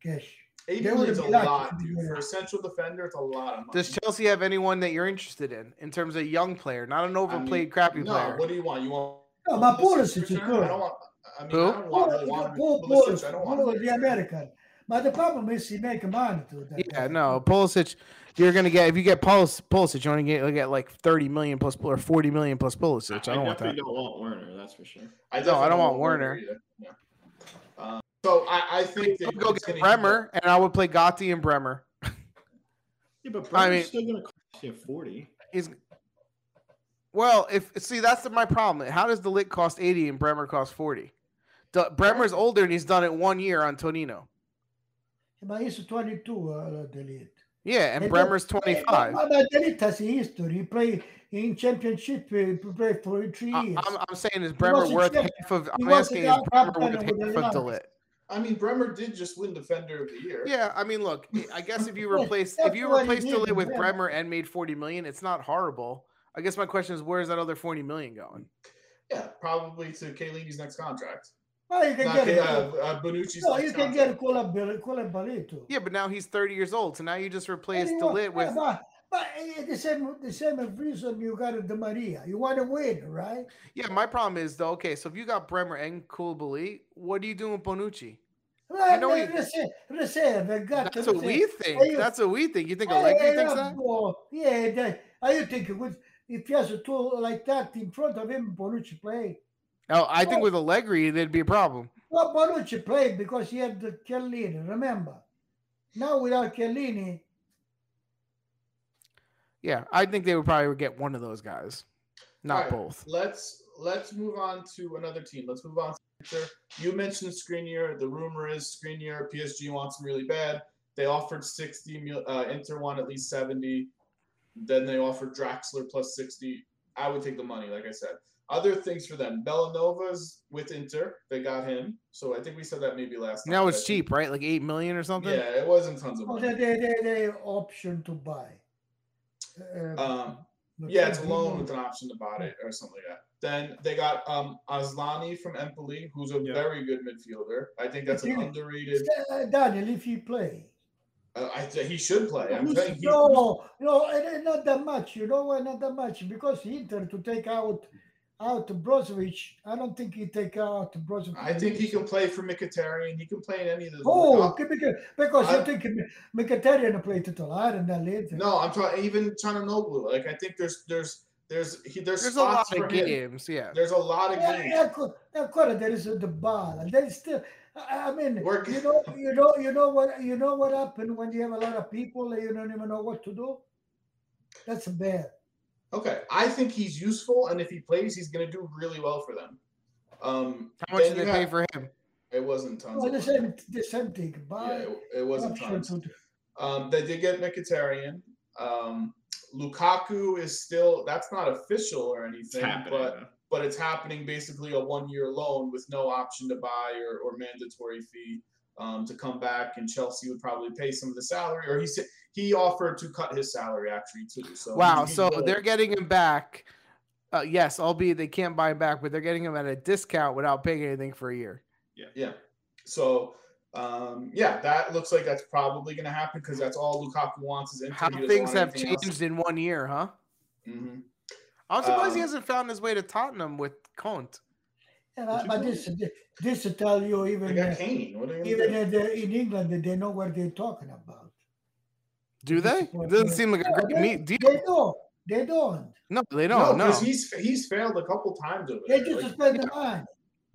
D: cash.
B: Eighty
D: They
B: million is a
D: would be like-
B: lot, dude. For a central defender, it's a lot of money.
A: Does Chelsea have anyone that you're interested in in terms of young player, not an overplayed crappy
B: no,
A: player?
B: what do you want? You want?
D: No, but
B: Pulisic
D: Pulisic is
B: return? I
D: good.
B: don't want. I mean,
A: Who?
B: I don't want.
D: Paul-
B: really want
D: Paul-
B: Pulisic. I don't
D: Paul-
B: want.
D: the American. But the problem is he make money to that.
A: Yeah, no, Pulisic, you're gonna get if you get Pulis, Pulisic, you're only get, you'll get like 30 million plus or 40 million plus Pulisic. I don't want that.
C: definitely don't want Werner, that's for sure.
B: I
A: No, I don't
B: definitely
A: want Werner.
B: either. Yeah. Uh, so I, I think that
A: I'd go
B: he's
A: get
B: gonna-
A: Bremer, and I would play Gotti and Bremer.
C: Yeah, but
A: I
C: Bremer's
A: mean-
C: still going to cost you 40.
A: He's well, if see that's the, my problem. How does the lit cost 80 and Bremer cost 40? The- Bremer's older and he's done it one year on Tonino.
D: But he's 22, uh, Delete.
A: Yeah, and
D: They don't-
A: Bremer's 25.
D: But, but Delete has a history. He play in championship, he play for three
A: I,
D: years.
A: Ah, I'm, I'm saying is Bremer
D: wasn't
A: worth
D: champion.
A: half of. I'm
D: wasn't
A: asking is
D: out-
A: Bremer
D: out
A: worth
D: there with
A: half of
D: the
A: Delit?
B: I mean, Bremer did just win Defender of the Year.
A: Yeah, I mean, look, I guess
D: (laughs)
A: if you
D: Yeah,
A: replace if
D: that's
A: you
D: what it
A: replace
D: is,
A: Delit with
D: yeah.
A: Bremer and made 40 million, it's not horrible. I guess my question is, where's that other 40 million going?
B: Yeah, probably to Kalini's next contract.
D: well, Ah, you can
B: Not,
D: get
B: K- uh,
D: a,
B: uh, Bonucci's
D: no,
B: next
D: you can
B: contract.
D: get Colabalito.
A: Yeah, but now he's 30 years old, so now you just replace
D: Anyway,
A: Delit
D: yeah,
A: with
D: But, but eh, the same, the same reason you got the Maria. You want to win, right?
A: yeah. My problem is though. Okay, so if you got Bremer and Koulibaly, what do you do with Bonucci?
D: Well,
A: know
D: eh,
A: he-
D: reserve, reserve, I got
A: That's
D: to
A: what we
D: reserve.
A: think.
D: you-
A: That's what we think. You think
D: Yeah,
A: Allegri
D: yeah,
A: thinks
D: yeah,
A: that?
D: well, yeah, that, I think it would, if he has a tool like that in front of him, Bonucci play.
A: Oh, I think with Allegri, there'd be a problem.
D: Well, Bonucci played because he had the Chiellini, remember? Now without Chiellini,
A: Yeah, I think they would probably get one of those guys, not
B: Alright,
A: both.
B: Let's let's move on to another team. Let's move on. to Screener. You mentioned Screenier. The rumor is Screenier. PSG wants him really bad. They offered sixty. mil- Uh, Inter won at least seventy. Then they offered Draxler plus sixty. I would take the money, like I said. Other things for them. Bellanova's with Inter. They got him. So I think we said that maybe last.
A: Now
B: time,
A: it's
B: but I think-
A: cheap, right? Like eight million or something.
B: Yeah, it wasn't tons of
D: oh,
B: money.
D: they, they, they, they option to buy. Uh,
B: Um,
D: but
B: Yeah, it's a
D: they
B: loan
D: don't-
B: with an option to buy it or something like that. Then they got um Aslani from Empoli, who's a
C: Yeah.
B: very good midfielder. I think that's an
D: Yeah.
B: underrated.
D: Uh, Daniel, if you play.
B: Uh, I th- he should play. I'm
C: Who's-
B: saying he,
D: No, no, and- and not that much. You know why not that much? Because Inter to take out out Brozovic, I don't think he take out Brozovic.
B: I think he can play for Mkhitaryan. He can play in any of the.
D: Oh, okay, because, because
B: I-
D: I think Mkhitaryan play titular and then later.
B: no, I'm talking even Chananoglu. Like I think there's there's there's he, there's,
A: There's a
B: spots
A: lot
B: for
A: of
B: him.
A: games. Yeah.
B: There's a lot of
D: Yeah,
B: games.
D: yeah, co- yeah, correct, there is the ball. There is still. I I mean,
B: Work-
D: you know, you know, you know what, you know what happened when you have a lot of people and you don't even know what to do. That's bad.
B: Okay, I think he's useful, and if he plays, he's gonna do really well for them. Um,
A: How much
B: then
A: did
B: you
A: they pay
B: have-
A: for him?
B: It wasn't tons.
D: Well,
B: of
D: the
B: money.
D: same, the same thing.
B: Yeah,
D: Bye.
B: it, it wasn't
D: Option
B: tons.
D: to do.
B: Um, they did get Mkhitaryan. Um, Lukaku is still that's not official or
C: It's
B: anything,
C: happening.
B: but
C: though.
B: but it's happening basically a one year loan with no option to buy or, or mandatory fee um, to come back, and Chelsea would probably pay some of the salary, or he said he offered to cut his salary actually too. So
A: Wow.
B: he's (laughs)
A: So
B: good.
A: they're getting him back. Uh, yes, albeit they can't buy him back, but they're getting him at a discount without paying anything for a year.
B: yeah. So um, yeah, that looks like that's probably going to happen because that's all Lukaku wants is Inter.
A: How
B: He doesn't
A: things
B: want
A: have
B: anything else.
A: changed in one year, huh?
B: Mhm.
A: I'm surprised he
B: Um,
A: hasn't found his way to Tottenham with Conte.
D: And
C: Did
D: I,
C: you
D: but
C: know-
D: this this will tell you
B: They
D: even
B: got
D: uh,
B: Kane. What are you
D: even uh, the- in England they know what they're talking about.
B: (laughs)
A: Do they? It doesn't seem like a great
D: they-
A: meat deal.
D: They don't. They don't.
A: No, they don't. No.
B: because he's he's failed a couple times over
D: They
B: there.
D: just
B: Like,
D: spend the money.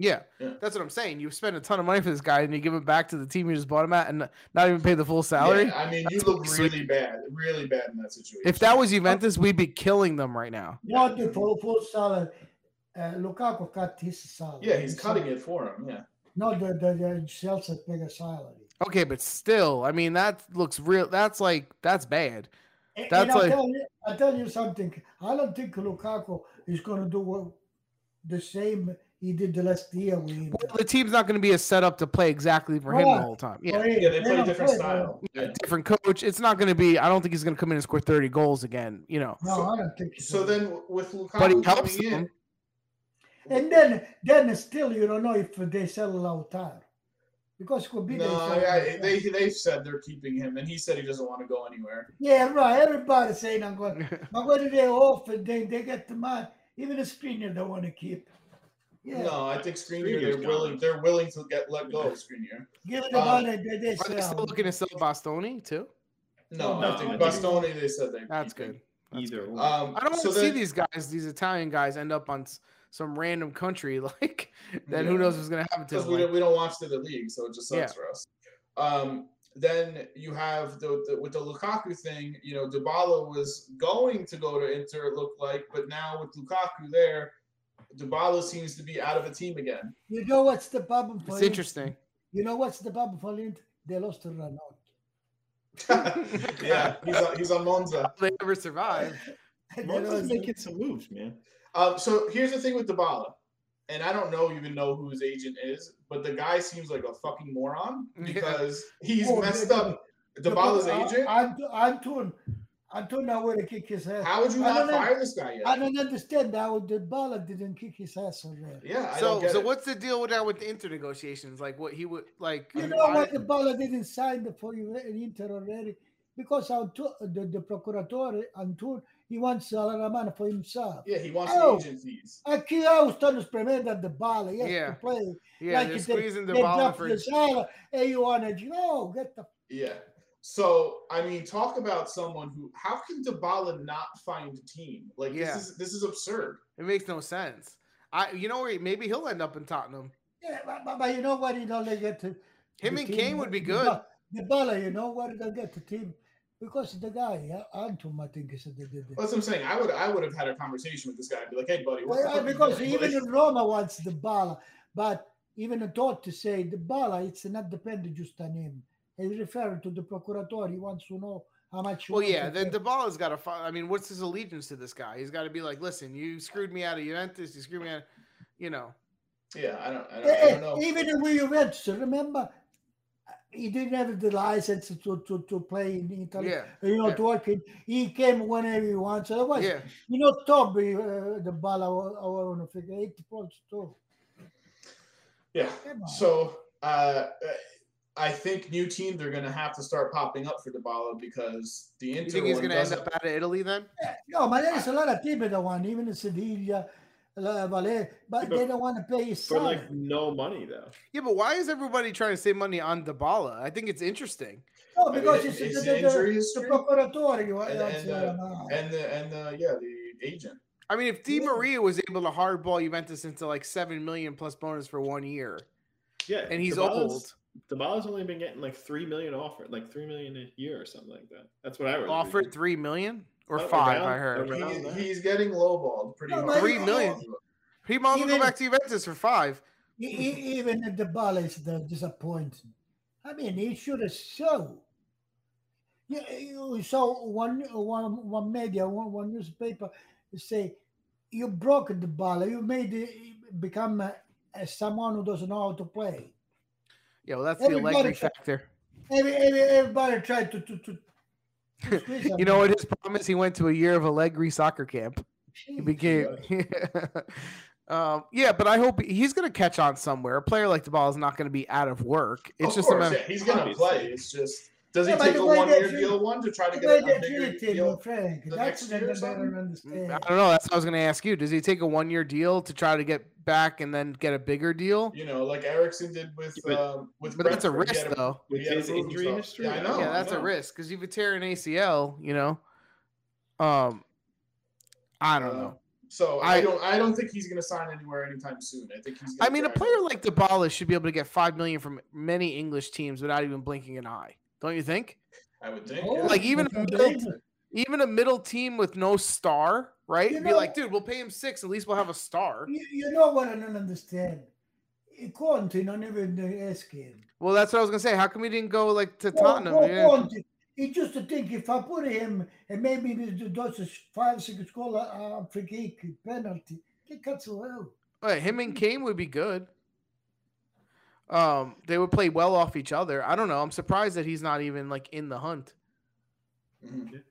A: Yeah,
B: Yeah.
A: that's what I'm saying. You spend a ton of money for this guy, and you give it back to the team you just bought him at, and not even pay the full salary.
B: yeah, I mean, you
A: That's
B: look
A: pretty
B: really bad, really bad in that situation.
A: If that was Juventus, we'd be killing them right now.
D: Not the full, full salary. Uh, Lukaku cut his salary.
B: yeah, he's cutting it for him. Yeah,
D: Not the the, the Chelsea bigger salary.
A: Okay, but still, I mean, that looks real. That's like that's bad.
D: And- and
A: That's
D: I
A: like-
D: tell you, I tell you something. I don't think Lukaku is going to do what, the same he did the last year with Inter.
A: Well, the team's not going to be a setup to play exactly for him the
D: Right.
A: whole time. Yeah,
D: Or, uh,
B: yeah, they play a
D: don't
B: different
D: play, uh,
B: style. Yeah.
A: different coach. It's not going to be. I don't think he's going to come in and score 30 goals again. You know,
D: No, I don't think
B: So
D: so.
B: then with
A: but he
B: Lukaku
A: helps
B: coming
A: them.
B: in,
D: And then, then still, you don't know if they sell Lautaro, because could be they
B: no,
D: sell
B: yeah,
D: Lautaro.
B: they they've said they're keeping him, and he said he doesn't want to go anywhere.
D: yeah, right. Everybody saying I'm going, but when they offer, they they get the money. Even the screener they want to keep. Yeah,
B: No, I think
C: Skriniar's
B: Screenier. They're willing.
C: gone.
B: They're willing to get let go of Screenier.
D: give it the
B: uh,
D: money that they
A: Are they still
D: sell.
A: looking to sell Bastoni too?
B: No,
C: No,
B: I think
C: I think-
B: Bastoni. They said they.
A: That's good. That's
C: Either or.
B: Um,
A: I don't want
B: so
A: to see
B: then-
A: these guys, these Italian guys, end up on s- some random country. (laughs) Like, then
B: Yeah.
A: who knows what's going to happen to
B: because
A: them?
B: we
A: Like,
B: don't, we don't watch through the league, so it just sucks
A: Yeah.
B: for us. Um, then you have the, the with the Lukaku thing. You know, Dybala was going to go to Inter. It looked like, but now with Lukaku there, Dybala seems to be out of a team
D: (laughs)
B: again. (laughs)
D: You know what's the problem for
A: it's
D: Inter?
A: interesting.
D: You know what's the problem for Inter? They lost to Renault.
B: yeah, he's on, he's on Monza.
A: They never survive.
D: (laughs)
A: (laughs)
B: (laughs)
D: They
C: Monza's
D: lost-
C: making some moves, man.
B: Um, so here's the thing with Dybala, and I don't know even know who his agent is, but the guy seems like a fucking moron
A: Yeah.
B: because he's
D: Oh,
B: messed
D: yeah. uh,
B: up. Dybala's agent.
D: Anton, Anton, Anton, now would have kicked his ass.
B: How would you
D: I don't
B: not
D: know.
B: fire this guy yet?
D: I don't understand how the baller didn't kick his ass already.
B: yeah, I don't
A: so,
B: get
A: so
B: it.
A: what's the deal with that with the Inter negotiations? Like, what he would like?
D: You know
A: why-
D: why the baller didn't sign the- for you in Inter already? Because Anto- the, the procuratore, Anton, he wants Salaramana for himself.
B: Yeah, he wants
D: Oh.
B: agent fees.
D: Aqui há os Thanos Premenda the bala. He has
A: Yeah.
D: to play.
A: Yeah,
D: like
A: they're
D: if
A: squeezing the
D: They
A: ball
D: drop
A: for.
D: the Zala and you want to go. Get the
B: Yeah. So I mean, talk about someone who. How can Dybala not find a team? Like
A: Yeah.
B: this is this is absurd.
A: It makes no sense. I, you know, where maybe he'll end up in Tottenham.
D: yeah, but, but- but you know what? You know they get to
A: Him
D: the
A: and
D: team-
A: Kane would be
D: the
A: good.
D: ba- The bala, you know what? They get the team because the guy yeah, Antum, I think, is the, the, the,
B: That's what I'm saying. I would I would have had a conversation with this guy and be like, hey, buddy, what the
D: Well,
B: fuck are you
D: because
B: doing?
D: even
B: Like,
D: in Roma wants the bala, but even a thought to say the bala, it's not dependent just on him. He's referring to the procuratore. He wants to know how much. he
A: Well,
D: wants
A: yeah,
D: to
A: then
D: pay.
A: Dybala's got to. Fi- I mean, what's his allegiance to this guy? He's got to be like, listen, you screwed me out of Juventus. You screwed me out. You know,
B: yeah, I don't I don't, I
D: Eh,
B: don't know.
D: eh, Even if we went to remember, he didn't have the license to, to, to play in Italy.
A: yeah,
D: You know,
A: yeah.
D: to work in, he came whenever he wants. Otherwise,
A: yeah.
D: you know, Toby, uh, the ball, I want to figure eight points too.
B: yeah.
D: Come on.
B: So uh, I think new team they're gonna have to start popping up for Dybala because the
A: You
B: Inter
A: think he's
B: one
A: going to end
B: doesn't-
A: up out of Italy then?
D: No, but there's a lot of teams that want, even in Sevilla, La Valle, but
C: But-
D: they don't want to pay his
C: For
D: salary.
C: like no money though.
A: Yeah, but why is everybody trying to save money on Dybala? I think it's interesting.
D: no,
B: I mean,
D: because
B: it's,
D: it's,
B: it's
D: the,
B: the injury
D: the, the,
B: history
D: the procuratore. You want,
B: And-
D: wants
B: and,
D: to
B: uh,
D: know.
B: and the and the yeah the agent.
A: I mean, if Di
D: Yeah.
A: Maria was able to hardball Juventus into like seven million plus bonus for one year,
C: Yeah,
A: and he's
C: Dybala's-
A: old,
C: Dybala's only been getting like three million offered, like three million a year or something like that. That's what I was
A: offered three million or
C: Oh,
A: five,
C: around-
A: I heard.
C: around-
B: He,
C: that.
B: he's getting lowballed pretty
D: No,
B: hard.
D: but Three
A: million. He might as well go
D: Even-
A: back to Juventus for five.
D: E- e- even at the ball is the disappointment. I mean, he should have shown. You, you saw one one one media, one, one newspaper say you broke the ball, you made it become a, a someone who doesn't know how to play.
A: Yeah, well, that's
D: Everybody
A: the Allegri
D: tried-
A: factor.
D: Every, every, everybody tried to to, to, to squeeze
A: You
D: him.
A: know what his problem is? He went to a year of Allegri soccer camp. He became, (laughs) um, yeah. But I hope he's going to catch on somewhere. A player like Dybala is not going to be out of work. It's
B: of
A: just a
B: course,
A: matter.
B: yeah, he's gonna
C: Obviously.
B: play. It's just does he
D: Yeah, by
B: take
D: the
B: a
D: way,
B: one year
D: that you-
B: deal one to try to
D: The
B: get
D: way
B: a
D: they
B: bigger
D: treated him,
B: deal?
D: Frank,
B: the
D: that's
B: next
D: what I
B: year or
D: don't
B: something?
D: understand.
A: I don't know. That's what I was going to ask you. Does he take a one-year deal to try to get back and then get a bigger deal?
B: You know, like Erickson did with
C: But-
B: um, with
A: But that's a
B: Brentford. He
A: risk,
B: had to-
A: though.
B: he
C: With
B: had to
C: his
B: prove
C: injury
B: himself.
C: history,
B: Yeah, I
C: I
B: know.
C: don't
A: yeah, that's
B: I
A: a
B: know.
A: risk because if you tear an ACL, you know. Um, I don't
B: Uh,
A: know.
B: So I,
A: I-
B: don't. I don't think he's gonna sign anywhere anytime soon. I think he's. Gonna
A: I mean, a
B: drag-
A: player like Dybala should be able to get five million from many English teams without even blinking an eye. Don't you think?
B: I would think.
D: Oh,
B: yeah.
A: Like, even
D: that's
A: Middleton-
D: unbelievable.
A: even a middle team with no star, right?
D: You
A: be like,
D: know- Mm.
A: dude, we'll pay him six. At least we'll have a star.
D: You, you know what I don't understand? Conte, not even ask him.
A: Well, that's what I was gonna say. How come we didn't go like to
D: No,
A: Tottenham?
D: no
A: Yeah.
D: Conte. He just to think if I put him and maybe he does a five six goal uh, free kick penalty, he cuts well.
A: Wait, him and Kane would be good. Um, they would play well off each other. I don't know. I'm surprised that he's not even like in the hunt.
B: Mhm.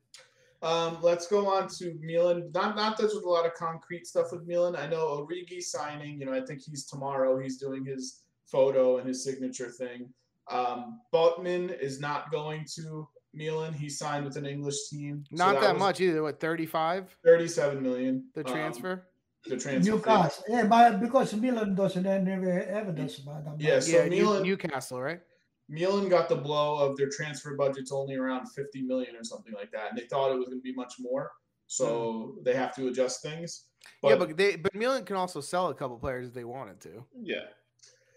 B: Um, let's go on to Milan. Not not that there's a lot of concrete stuff with Milan. I know Origi signing. You know, I think he's tomorrow. He's doing his photo and his signature thing. Um, Botman is not going to Milan. He signed with an English team. So
A: Not that,
B: was
A: much either. What 35?
B: Thirty-seven million.
A: The
B: Um,
A: transfer.
B: the transfer. fee.
D: Newcastle. Yeah, but because Milan doesn't never ever does about that.
B: Yeah, so
A: yeah, New-
B: Milan,
A: Newcastle, right?
B: Milan got the blow of their transfer budget's only around 50 million or something like that, and they thought it was going to be much more. So they have to adjust things.
A: Hmm.
B: But,
A: yeah, but they but Milan can also sell a couple players if they wanted to.
C: Yeah.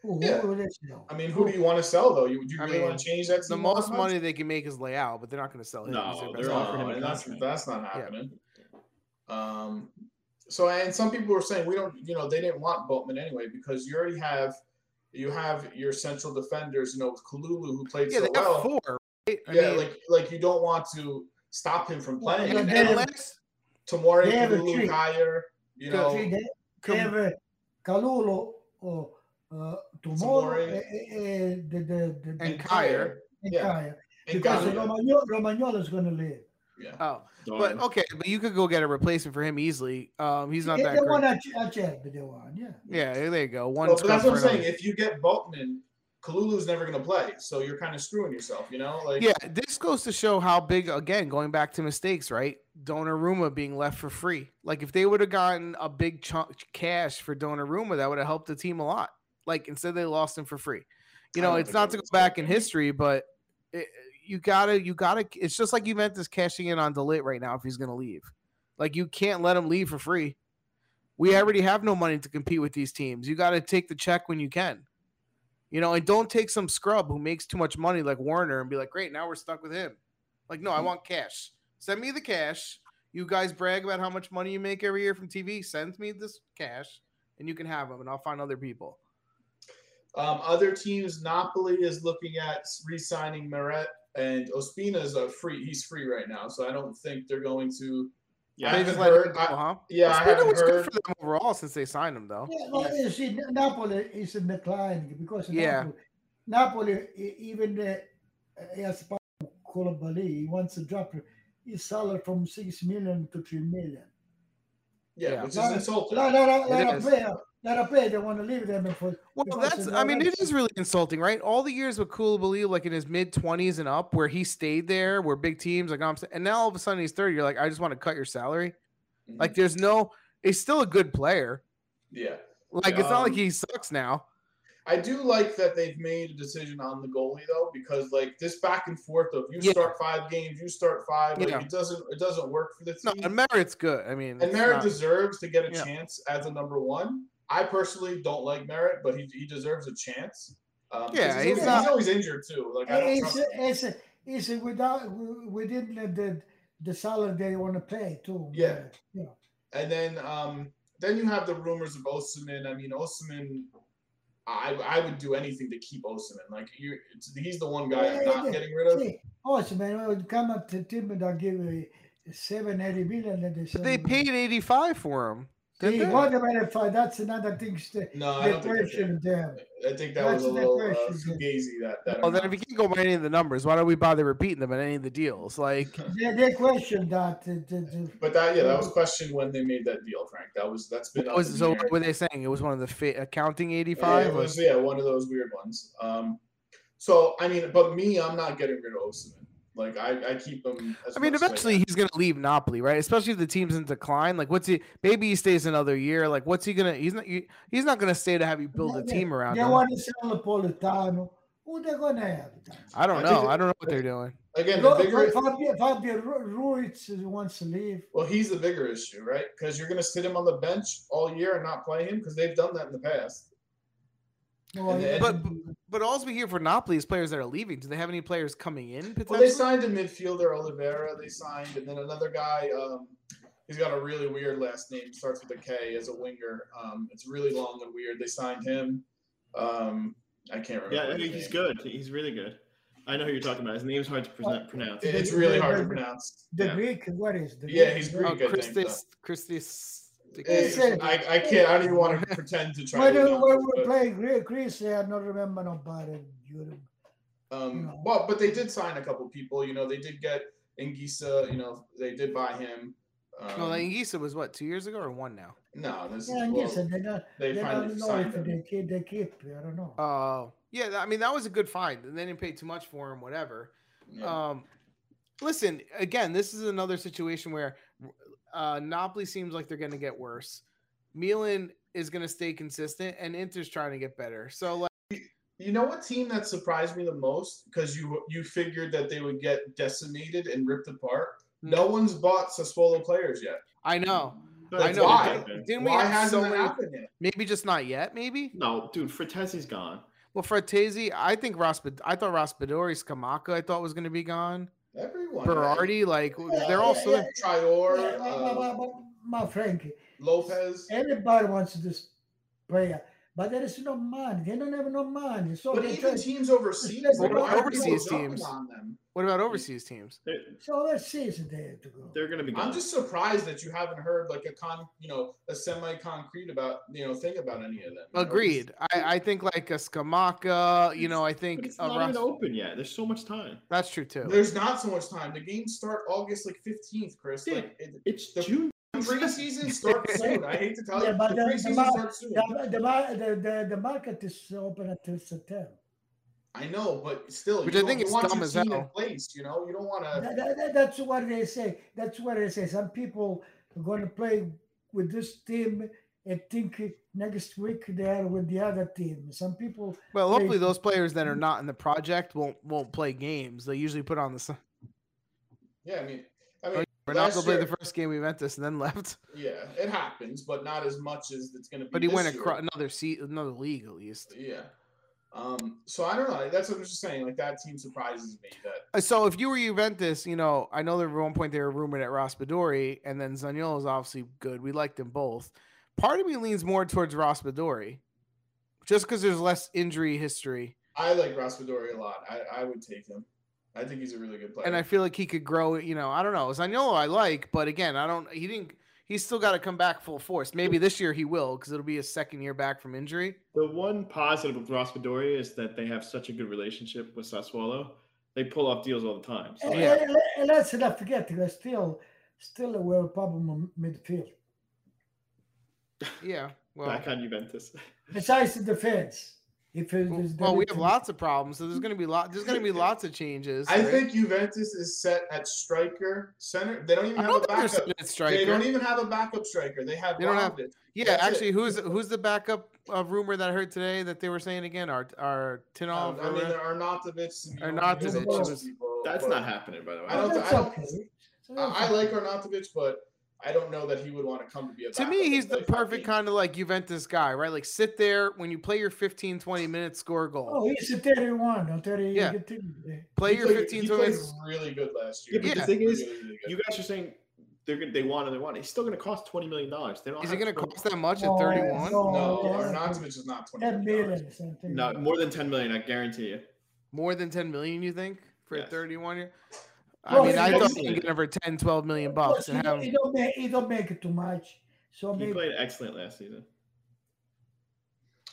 D: Who,
B: Yeah. Um,
D: who is, you know?
B: I mean, who do you want to sell though? You, do you
A: I
B: really
A: mean,
B: want to change that?
A: The
B: team
A: most
B: lineup?
A: money they can make is Leao, but they're not going to sell him.
C: No,
A: He's their
C: they're
A: best
C: not
A: offer.
C: offering him a
B: that's
C: contract.
B: that's not happening. Um, so and some people were saying we don't, you know, they didn't want Boltman anyway because you already have you have your central defenders, you know, with Kalulu who played
A: Yeah,
B: so
A: they got
B: well.
A: four. Right? I
B: yeah,
A: mean,
B: like like you don't want to stop him from
D: Well,
B: playing.
A: and,
D: they
A: and
D: have-
A: last-
B: Tomori,
D: they have a
B: Kalulu,
D: tree.
B: Kyer, you
A: Go.
B: know,
D: See, they,
A: com-
D: they have uh, Kalulu or uh, tomorrow
B: Tomori.
D: uh, uh, the the, the, the
A: And Kyer.
D: and
B: yeah.
D: Kaya.
B: and
D: because
B: Kaya.
D: Romagnolo, Romagnolo is going to leave.
B: Yeah.
A: Oh,
C: Darn.
A: but okay, but you could go get a replacement for him easily. Um, he's not
D: they,
A: that
D: they
A: great.
D: want a, a jab, they want, yeah.
A: Yeah, there you go. One.
B: Well, but that's
A: scuff
B: what I'm
A: for
B: saying.
A: another.
B: If you get Boltman, Kalulu's never going to play, so you're kind of screwing yourself. You know, like
A: Yeah, this goes to show how big. Again, going back to mistakes, right? Donnarumma being left for free. Like if they would have gotten a big chunk cash for Donnarumma, that would have helped the team a lot. Like instead, they lost him for free. You
B: I
A: know,
B: don't
A: it's
B: think that
A: not to go
B: was a good
A: back in
B: thing.
A: history, but it, you gotta, you gotta. It's just like Juventus cashing in on Delit right now if he's gonna leave. Like you can't let him leave for free. We already have no money to compete with these teams. You got to take the check when you can. You know, and don't take some scrub who makes too much money like Warner and be like, great, now we're stuck with him. Like,
B: Mm-hmm.
A: no, I want cash. Send me the cash. You guys brag about how much money you make every year from TV. Send me this cash and you can have them and I'll find other people.
B: Um, other teams, Napoli is looking at re-signing Meret and Ospina's a free. He's free right now, so I don't think they're going to.
C: yeah.
B: I
A: They
B: haven't
A: just let him
B: heard-
A: go,
B: I-
A: huh?
B: Yeah, I
A: Ospina
B: haven't
A: was good
B: heard.
A: for them overall since they signed him, though.
D: Yeah, well, you see, Na- Napoli is in decline because
A: Yeah.
D: Napoli, Napoli e- even the uh, as Koulibaly, he wants to drop his salary from six million to three million.
B: Yeah,
A: Yeah.
B: which is
D: No,
B: insulting.
D: No, no, no,
A: It
D: let a
A: is.
D: player, let a player. They want to leave them for
A: Well,
D: Because
A: that's,
D: of
A: I mean, it
D: direction.
A: is really insulting, right? All the years with Koulibaly, like in his mid 20s and up, where he stayed there, where big teams, like I'm saying, and now all of a sudden he's 30, you're like, I just want to cut your salary. Like, there's no, he's still a good player.
B: Mm-hmm. yeah,
A: Like, it's not like
B: Um,
A: he sucks now.
B: I do like that they've made a decision on the goalie though, because like this back and forth of you
A: Yeah.
B: start five games, you start five, like,
A: Yeah.
B: it doesn't it doesn't work for the team.
A: No, and Merritt's good. I mean,
B: and
A: it's
B: Merritt
A: not-
B: deserves to get a
A: Yeah.
B: chance as a number one. I personally don't like Merritt, but he, he deserves a chance. Um, 'cause
A: Yeah,
B: he's,
A: he's
B: always,
A: not-
B: always injured too. Like I don't
D: It's,
B: trust him.
D: it's, it's without wi- within the, the the salary they want to pay too.
B: Yeah.
D: you know.
B: And then um, then you have the rumors of Osman. I mean, Osman, I I would do anything to keep Osman. Like you, it's, he's the one guy I'm
D: Yeah,
B: not
D: yeah.
B: getting rid of.
D: See, also, man, I would come up to Tim and I'll give you seven, eight million. And
A: but they paid 85 for him.
D: See,
A: didn't they?
D: what about if I, that's another thing? st-
B: No, Uh, I
D: The
B: don't think that's it.
D: question there.
B: I think that
D: That's
B: was a
D: the
B: little uh,
D: question,
B: fugazi. That that. (laughs)
A: Well, then if
B: amount.
A: you can't go by any of the numbers, why don't we bother repeating them at any of the deals? Like,
D: They, they question that. The, the, the,
B: but that yeah, that was questioned when they made that deal, Frank. That was that's been
A: what
B: up
A: was
B: in
A: so
B: the
A: what
B: air.
A: were they saying? It was one of the fa- accounting
B: Yeah,
A: 85?
B: it
A: Like,
B: was yeah one of those weird ones. Um, so I mean, but me, I'm not getting rid of Osman. Like I, I keep him. As
A: I mean,
B: much as
A: eventually
B: can.
A: he's going to leave Napoli, right? Especially if the team's in decline. Like, what's he? Maybe he stays another year. Like, what's he gonna? He's not. he- He's not gonna stay to have you build a
D: they-
A: team around
D: They
A: him.
D: want to sell Napolitano. Who they going to have?
A: I don't
B: I think
A: know.
B: that-
A: I don't know what they're doing.
B: again the
D: Look,
B: bigger.
D: Fabio, Fabio Ru- Ruiz wants to leave.
B: Well, he's the bigger issue, right? Because you're going to sit him on the bench all year and not play him because they've done that in the past.
D: No,
B: And
D: he
B: then-
D: doesn't
A: But-
D: do that.
A: But all we hear for Napoli is players that are leaving. Do they have any players coming in? Potentially?
B: Well, they signed a midfielder, Oliveira. They signed, and then another guy. Um, he's got a really weird last name. Starts with a K as a winger. Um, it's really long and weird. They signed him. Um, I can't remember.
C: Yeah, I
B: his
C: think he's
B: name.
C: good. He's really good. I know who you're talking about. His name's hard to present, pronounce.
B: It- It's really hard to pronounce.
D: The
C: Yeah.
D: Greek, what is the
B: Yeah, he's Greek.
A: Oh,
B: I think, though.
A: Christis. Christis.
B: It's-
D: Listen.
B: I, I can't. I don't even
D: (laughs)
B: want to pretend to try.
D: When,
B: to
D: we- when
B: pronounce
D: we were
B: it,
D: playing Greek, Greece, I don't remember nobody. You-
B: but, um,
D: No.
B: well, but they did sign a couple people. You know, they did get Ingisa. You know, they did buy him. Um,
A: No, like Issa was what two years ago or one now?
B: no, this
D: Yeah,
B: is
D: and
B: well,
D: listen, they don't,
B: they
D: they
B: finally
D: don't know
B: signed
D: if
B: him.
D: they keep, they keep. I don't know.
A: Oh, yeah. that- I mean, that was a good find, and they didn't pay too much for him. Whatever.
B: Yeah.
A: Um, listen, again, this is another situation where uh, Napoli seems like they're going to get worse. Milan is going to stay consistent, and Inter's trying to get better. So like.
B: You know what team that surprised me the most? Because you you figured that they would get decimated and ripped apart.
A: Hmm.
B: No one's bought Sassuolo players yet.
A: I know.
C: But
A: I
C: it's
A: know.
C: gonna
B: Why?
C: happen.
A: Didn't we
B: Why
A: have so
B: hasn't that
A: many?
B: happened yet?
A: Maybe just not yet. Maybe.
C: No, dude, Fratesi's gone.
A: Well, Fratesi, I think Raspid. I thought Raspadori, Skamaka, I thought was going to be gone.
B: Everyone.
A: Berardi, like
D: Yeah,
A: they're
D: yeah,
A: all
D: yeah.
A: still.
B: Trior,
D: Yeah, but- but-
B: uh,
D: but- but, my Frankie,
B: Lopez.
D: anybody wants this player, but there is no money. They don't have no money. So
B: But
D: they
B: even
D: try-
B: teams overseas,
D: Well,
B: like, why are
A: overseas
B: people jumping
A: teams.
B: on them?
A: What about overseas teams?
C: They're,
D: so let's see if they have to go.
C: they're gonna be gone.
B: I'm just surprised that you haven't heard like a con, you know, a semi-concrete about, you know, thing about any of them. you know?
A: Agreed. I, I think like a Skamaka. You know, I
C: But
A: think
C: it's
A: a
C: not
A: Ras-
C: even open yet. There's so much time.
A: that's true too.
B: There's not so much time. The games start August like 15th, Chris.
C: Yeah.
B: Like it,
C: It's
B: The-
C: June.
A: (laughs)
B: preseason starts soon. I hate to tell
D: Yeah,
B: you,
D: but
B: the
D: the- the
B: preseason
D: mar-
B: starts soon.
D: The, the, mar- the, the, the market is open until September.
B: I know, but still,
A: Which
B: you
A: I
B: don't-
A: think
B: you
A: is
B: want
A: dumb
B: your
A: as
B: team in
A: hell.
B: place. You know, you don't want to.
D: That- that- that- that's what they say. That's what they say. Some people are going to play with this team and think next week they are with the other team. Some people,
A: Well, hopefully
D: They-
A: those players that are not in the project won't won't play games. They usually put on the. si-
B: Yeah, I mean, Last
A: Ronaldo played
B: year-
A: the first game Juventus and then left, (laughs)
B: yeah, it happens, but not as much as it's going to be.
A: but he
B: this
A: went
B: year.
A: across another seat, another league at least.
B: Yeah. Um. So I don't know. That's what I'm just saying. Like that team surprises me. That
A: Uh, So if you were Juventus, you know, I know there were one point they were rumored at Raspadori, and then Zaniolo is obviously good. We liked them both. Part of me leans more towards Raspadori, just because there's less injury history,
B: I like Raspadori a lot. I, I would take him. I think he's a really good player.
A: and I feel like he could grow. You know, I don't know Zaniolo I like, but again, I don't. He didn't. He's still got to come back full force. Maybe this year he will, because it'll be his second year back from injury.
C: The one positive with Raspadori is that they have such a good relationship with Sassuolo. They pull off deals all the time. So
D: and,
C: like,
A: Yeah.
D: and- and let's not forget, they're still, still we a problem in midfield.
A: Yeah. Well,
C: back on Juventus.
D: Besides the defense, if it
A: well,
D: is
A: well, we
D: defense-
A: have lots of problems, so there's gonna be lot. There's gonna be lots of changes.
B: I
A: right?
B: think Juventus is set at striker center. They don't even
A: I
B: have
A: don't
B: a
A: think they're
B: backup.
A: sitting at striker.
B: They don't even have a backup striker. They have.
A: They don't have-
B: Robin.
A: Yeah,
B: That's it.
A: actually, who's who's the backup uh, rumor that I heard today that they were saying again? Our our Tinov.
B: Um, I mean,
A: or-
B: there are Arnautovic. you know,
A: Arnautovic
B: there's a bunch of
A: was-
B: people,
C: That's
B: but
C: not happening, by the way.
B: I don't-
D: That's
B: I don't-
D: okay. So that's
B: I, I
D: okay.
B: like Arnautovic, but I don't know that he would want to come to be a.
A: to
B: backup
A: me, he's
B: and
A: the
B: play for
A: perfect
B: me.
A: kind of like Juventus guy, right? Like sit there when you play your 15, 20 minutes, score a goal.
D: Oh, he's a 31 or 30.
A: Yeah. play
B: He
A: your
B: played-
A: 15, 20
B: he played
A: minutes.
B: really good last
C: Yeah,
B: year.
C: but
A: the
C: thing is,
B: Really, really good.
C: You guys are saying they're gonna, they want and they want. It's still going to cost twenty million dollars. They don't.
A: Is it
C: have
A: going to
C: to-
A: cost that much at
D: Oh,
A: 31?
D: no.
B: no,
D: yeah.
B: Arnautovic is not
D: 10
B: twenty.
D: million or something.
C: No, more than ten million. I guarantee you.
A: More than 10 million, you think, for a
C: Yes.
A: 31 year? I
D: Well,
A: mean,
D: he
A: I thought
C: doesn't-
A: he could get over 10, 12 million
D: Well,
A: bucks.
D: he,
A: And have,
D: he don't make, he don't make it too much. So
C: He
D: maybe
C: played excellent last season.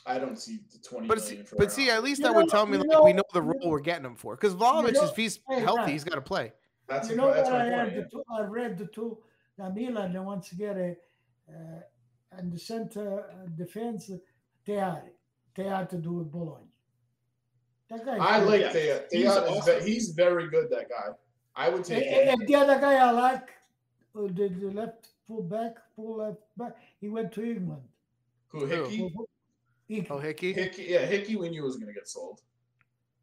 B: I don't see the twenty.
A: but, see,
B: million for
A: but see,
B: Arnautovic.
A: at least
D: You
A: that
D: know
A: would
D: what-
A: tell me
D: you
A: like
D: know-
A: we know the
D: you
A: role
D: know-
A: we're getting him for. Because Vlahovic,
D: know-
A: if he's
D: Hey,
A: healthy,
D: Ryan.
A: he's got to play.
B: that's
D: you
B: a-
D: know
B: that's
D: what
B: my
D: I
B: point,
D: read
B: yeah.
D: the two, I read the two that Milan they want to get a uh, and the center uh, defense Teari. Teari to do with Bologna. That guy. is
B: I
D: good.
B: like
C: Yeah.
B: the
C: He's awesome.
B: He's very good. That guy. I would take
D: A- a-
B: him.
D: and the other guy I like uh, the, the left full back, full left back. He went to England.
B: Who Hickey?
D: Mm-hmm. He-
A: Oh, Hickey.
B: Hickey. Yeah, Hickey. We knew was going to get sold.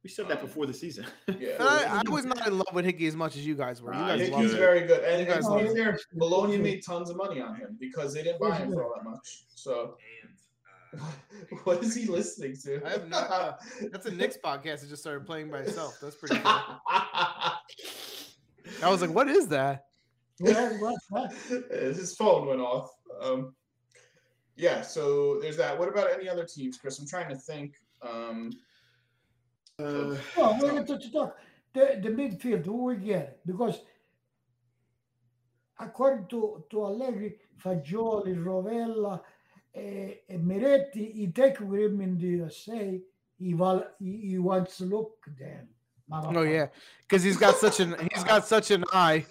C: We said
A: Um,
C: that before the season. (laughs)
B: Yeah.
A: And I, I was not in love with Hickey as much as you guys were. You
C: Ah,
A: guys
C: Hickey's
A: loved
B: Hickey's
A: him.
B: very good. And,
A: You
B: and
A: guys
B: to be
A: love him.
B: fair, Bologna
D: (laughs)
B: made tons of money on him because they didn't buy him for all that much. So (laughs) what is he listening to?
A: I
B: (laughs)
A: have not- uh, That's a Knicks podcast. I just started playing by itself. That's
C: (laughs)
B: (laughs)
A: pretty cool. I was like, what is that?
D: Well, what's that?
B: His phone went off. Um, yeah, so there's that. What about any other teams, Chris? I'm trying to think. Um,
C: Uh,
D: No, we're going to talk the, the midfield. Who we get? Because according to, to Allegri, Fagioli, Rovella, eh, and Miretti, he take with him in the USA. He, val- he, he wants to look them.
A: Oh yeah, because he's got such an he's got such an eye.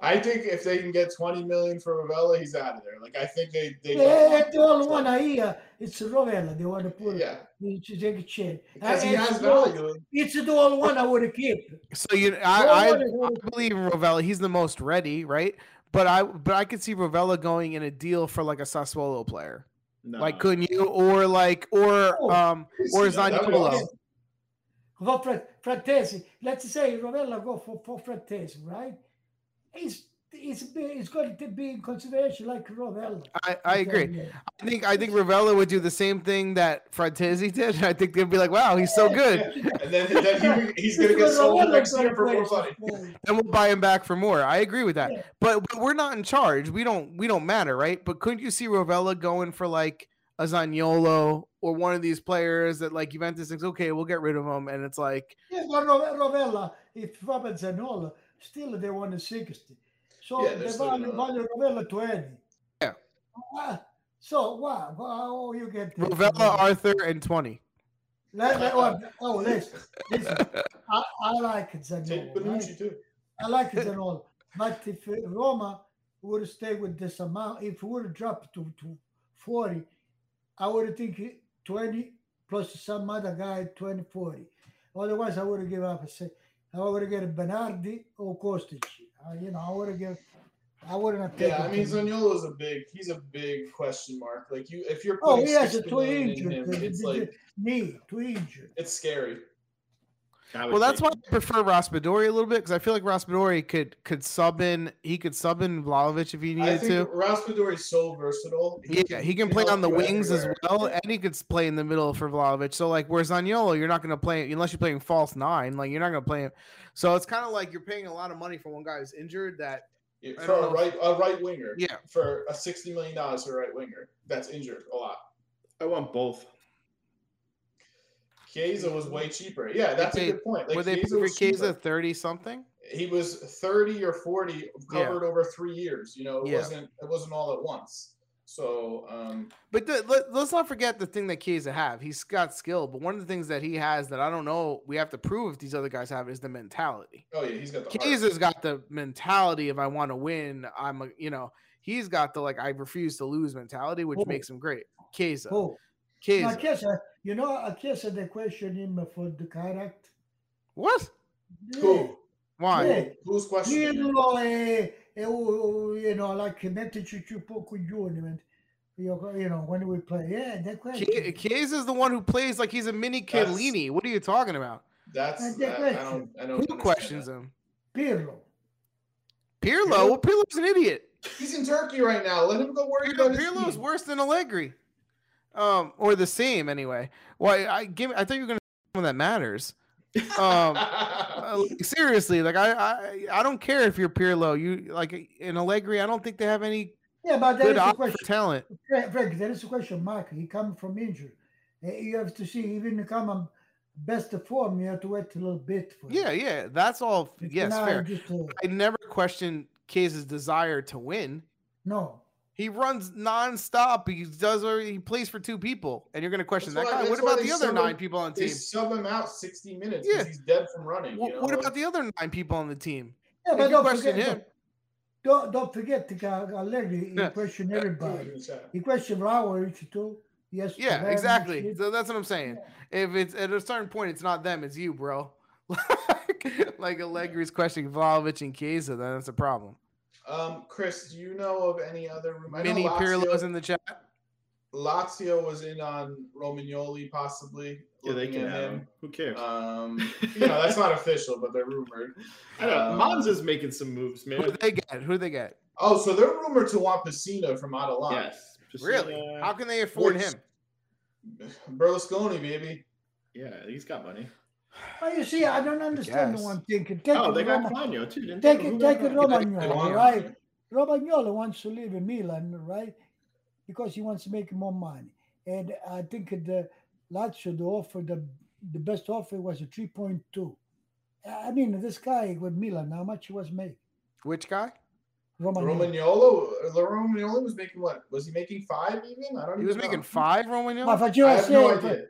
B: I think if they can get 20 million for Ravella, he's out of there. Like I think they they.
D: Yeah, Eh, the only one I hear it's Rovella. They want to put
B: yeah,
D: it to take a chance.
B: because he
D: And
B: has
D: it's the only-
B: value.
D: It's the only one I would keep.
A: So you,
D: The only
A: I, I,
D: one is-
A: I believe in Rovella. He's the most ready, right? But I but I could see Rovella going in a deal for like a Sassuolo player.
C: No.
A: Like couldn't you or like or
D: Oh,
A: um or
B: Yeah, that
A: Zaniolo.
B: was-
D: For Frat- Fratesi, let's say Rovella go for, for Fratesi, right? It's it's be, it's going to be in consideration like Rovella.
A: I, I agree.
D: Yeah.
A: I think I think Ravella would do the same thing that Fratesi did. (laughs) I think they'd be like, "Wow, he's so good,"
B: And then,
D: (laughs)
B: then he, he's gonna get
D: Because
B: sold
D: Rovella
B: next
D: gonna
B: year for
D: play
B: more money.
D: football.
A: and we'll buy him back for more. I agree with that.
D: Yeah.
A: But, but we're not in charge. We don't we don't matter, right? But couldn't you see Ravella going for like a Zaniolo or one of these players that like Juventus thinks, okay, we'll get rid of him, and it's like,
D: Yeah, but Rove- Rovella, if Robert Zanola, still they want a 60. So
B: Yeah, they're
D: they
B: still
D: value,
B: gonna-
D: value Rovella 20.
A: Yeah.
D: Ah, so wow, wow, you get this,
A: Ravella, Arthur, and twenty.
D: Let- let- oh, oh, listen,
A: (laughs)
D: listen. I, I like
B: Take
D: Zanola.
B: Bonucci
D: Right?
B: too.
D: I like Zanola. But if uh, Roma would stay with this amount, if it would drop to, to 40, I would think it 20 plus some other guy 20 40. Otherwise, I would give up. I say, I would get Bernardi or Kostic. Uh, you know, I would give. I wouldn't have taken.
B: Yeah, I mean
D: him.
B: Zaniolo is a big. He's a big question mark. Like you, if you're
D: Oh,
B: putting
D: he has a
B: 60
D: two
B: million in
D: injured. uh,
B: him, it's like
D: knee, two injured.
B: it's scary. Oh,
C: I would
A: Well, that's
C: take-
A: why I prefer Raspadori a little bit because I feel like Raspadori could could sub in. He could sub in Vlahovic if he
B: I
A: needed
B: think
A: to.
B: Raspadori is so versatile.
A: Yeah, he can play
B: help
A: on the
B: you
A: wings as
B: everywhere.
A: well, and he could s- play in the middle for Vlahovic. So, like, whereas Zaniolo, you're not going to play unless you're playing false nine. Like, you're not going to play him. So it's kind of like you're paying a lot of money for one guy who's injured. That
B: Yeah,
A: I
B: for
A: don't
B: a
A: know.
B: right a right winger.
A: Yeah.
B: For a sixty million dollars for a right winger that's injured a lot.
C: I want both.
B: Chiesa was way cheaper. Yeah, that's
A: Mm-hmm. They-
B: a good point. Like
A: were they
B: Chiesa
A: paying for
B: was cheaper.
A: Chiesa thirty something?
B: He was thirty or forty
A: Yeah.
B: covered over three years. You know, it
A: Yeah.
B: wasn't it wasn't all at once. So um,
A: But the, let, let's not forget the thing that Chiesa have. He's got skill, but one of the things that he has that I don't know we have to prove if these other guys have is the mentality.
B: oh yeah, he's got the heart.
A: Keyes has got the mentality of I want to win. I'm a, you know, he's got the like I refuse to lose mentality, which
D: Oh.
A: makes him great. Keyes,
D: Oh, now,
A: Keyes,
D: Chiesa, you know, Akesa, they questioned him for the contract.
A: what?
B: Who?
A: Why?
D: Yeah.
B: Who's questioning? him?
D: Pirlo e, e u- u- you know like metterci più poco giovane you know, you know when we play eh, yeah that question
A: Ki- Chiesa is the one who plays like he's a mini
B: That's-
A: Chiellini. What are you talking about?
B: That's
D: That's your
B: that- I
D: question.
B: don't I don't
A: Who
B: understand
A: questions
B: that.
A: him?
D: Pirlo
A: Pirlo?
B: Pirlo?
A: Well, Pirlo's an idiot.
B: He's in Turkey right now. Let him go worry about
A: Pirlo,
B: his
A: Pirlo's
B: team.
A: worse than Allegri, um, or the same anyway. Why? I give. I thought you were gonna someone that matters. Um,
B: (laughs)
A: Uh, like, seriously, like I, I, I don't care if you're Pirlo. You like in Allegri. I don't think they have any
D: yeah but there
A: good
D: is a
A: option for
D: question
A: talent.
D: Frank, Frank, there is a question mark he come from injury Eh, you have to see even to come on best form you have to wait a little bit for
A: Yeah,
D: it.
A: yeah, that's all.
D: It's
A: Yes,
D: not
A: fair.
D: just, uh,
A: I never questioned Kay's desire to win.
D: no
A: He runs nonstop. He does. He plays for two people, and you're going to question
B: That's why-
A: that guy. What
B: that's why
A: about
B: they
A: the other
B: sub
A: nine
B: him-
A: people on the
B: They
A: team?
B: sub him out 60 minutes because
A: Yeah.
B: he's dead from running.
A: What,
B: you know?
A: what
B: like-
A: about the other nine people on the team?
D: yeah
A: If
D: but
A: you
D: don't
A: question
D: forget
A: him,
D: don't, don't forget the guy Allegri he
A: Yeah.
D: question
B: Yeah,
D: everybody
B: who's in the chat?
D: he question Raoul too yes
A: yeah,
D: Tavernier,
A: exactly.
D: shit.
A: So that's what I'm saying. If it's at a certain point, it's not them, it's you, bro. (laughs) like, like Allegri's questioning Vlahovic and Chiesa, then that's a problem.
B: Um, Chris, do you know of any other room? I know
A: Mini Pirlo's
B: Lazio,
A: in the chat.
B: Lazio was in on Romagnoli, possibly.
C: Yeah, they
B: looking
C: can
B: at
C: have him. Who cares? (laughs)
B: Um, you know, that's not official, but they're rumored.
C: I don't.
B: um,
C: Monza's making some moves,
A: Who do
C: man.
A: they get? Who do they get?
B: Oh, so they're rumored to want Pacino from Atalanta.
C: Yes. Just,
A: Really?
C: uh,
A: How can they afford
B: Woods.
A: him?
B: Berlusconi, baby.
C: yeah, he's got money.
D: But Oh, you see, I don't understand
A: guess.
D: one thing. Take
C: oh,
D: it
C: they got
D: Roma,
C: Cagno too. Didn't
D: take
C: they? Who
D: it,
C: got
D: take it
C: Cagno?
D: Romagnoli,
B: Bologna.
D: right? Romagnoli wants to leave Milan, right? Because he wants to make more money. And I think the Lazio, the offer, the, the best offer was a 3.2. I mean, this guy with Milan, how much he was making?
A: Which guy?
D: Romagnoli.
B: Romagnolo, uh, Romagnoli was making what? Was he making five even? I don't.
A: He was
B: even
A: making
B: know.
A: five
D: Ma
A: Romagnoli?
B: I
D: faceva
B: have no
D: sempre,
B: idea.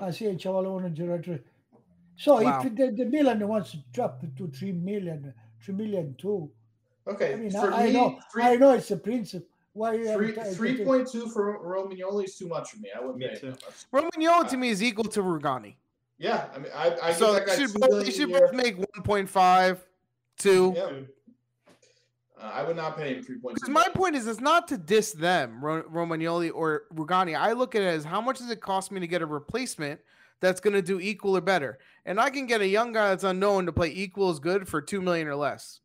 D: ah sì, c'aveva un giocatore. So
A: Wow.
D: if the, the Milan wants to drop to 3 million, 3 million too,
B: Okay,
D: I mean,
B: for
D: I, I
B: me,
D: know,
B: three,
D: I know it's a principle. Why you have
B: three,
D: to- to
B: three
D: take-
B: point two for Romagnoli is too much for me. I wouldn't
C: Me
B: pay
C: too.
B: that much.
A: Romagnoli to me is equal to Rugani.
B: Yeah, I mean, I, I
A: So they
B: give that guy
A: should,
B: two
A: both,
B: million
A: they
B: a
A: should
B: year.
A: both make 1.5, 2.
B: Yeah. Uh, I would not pay him three points.
A: 'Cause My point is, it's not to diss them, Ro- Romagnoli or Rugani. I look at it as how much does it cost me to get a replacement that's going to do equal or better, and I can get a young guy that's unknown to play equal as good for two million or less,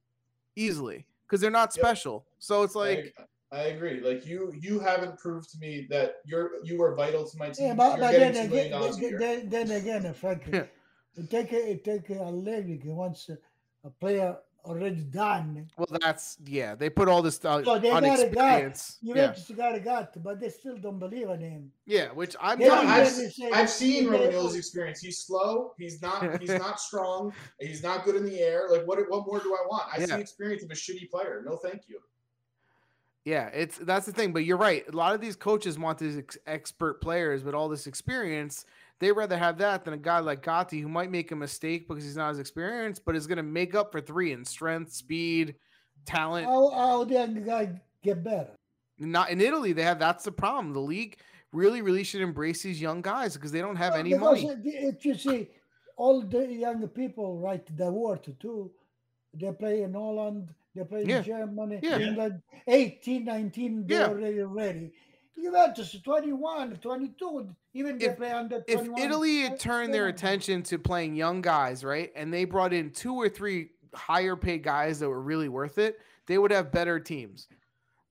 A: easily, because they're not
B: Yep.
A: special. So it's like,
B: I, I agree. Like you, you haven't proved to me that you're you are vital to my team.
D: Yeah,
B: you're
D: but, but
B: getting
D: then,
B: two
D: again,
B: million dollars
D: then,
B: a year.
D: then, then again, Frankie,
A: Yeah.
D: it take a, it take a leg once a player already done.
A: well, that's yeah. They put all this uh,
D: So they
A: on
D: got a guy.
A: experience.
D: You
A: Yeah,
D: register got a got, but they still don't believe in him.
A: yeah. Which I'm
D: They
B: Yeah,
A: telling
D: don't
A: you,
B: I've-
D: believe in saying-
B: I've seen
D: they-
B: Romagnoli's experience. He's slow. He's
D: (laughs)
B: not. He's not strong. He's not good in the air. Like what? What more do I want? I
A: Yeah.
B: see experience of a shitty player. No, thank you.
A: Yeah, it's that's the thing. But you're right. A lot of these coaches want these ex- expert players with all this experience. They rather have that than a guy like Gotti who might make a mistake because he's not as experienced, but is going to make up for three in strength, speed, talent.
D: How how the guy get better?
A: Not in Italy, they have that's the problem. The league really, really should embrace these young guys because they don't have
D: No,
A: any
D: because
A: money.
D: it- It, you see, all the young people, right, the world too, they play in Holland, they play in
A: Yeah.
D: Germany,
A: Yeah.
D: England, 18, 19, they're
A: Yeah.
D: already ready. Juventus, 21, 22, even they
A: If-
D: play under
A: If
D: 21,
A: Italy
D: they-
A: had turned
D: they
A: their
D: don't-
A: attention to playing young guys, right, and they brought in two or three higher paid guys that were really worth it, they would have better teams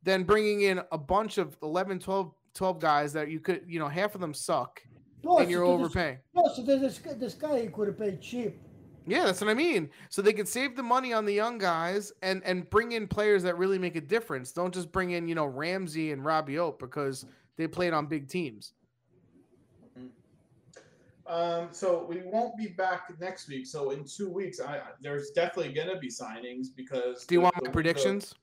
A: than bringing in a bunch of 11, 12, 12 guys that you could, you know, half of them suck
D: Plus,
A: and you're
D: this-
A: overpaying.
D: Plus, this, this, guy- this guy could have paid cheap.
A: Yeah, that's what I mean. So they can save the money on the young guys and and bring in players that really make a difference. Don't just bring in, you know, Ramsey and Rabiot because they played on big teams.
B: Um, so we won't be back next week. So in two weeks, I there's definitely gonna be signings because.
A: Do you
B: the-
A: want my
B: the window-
A: predictions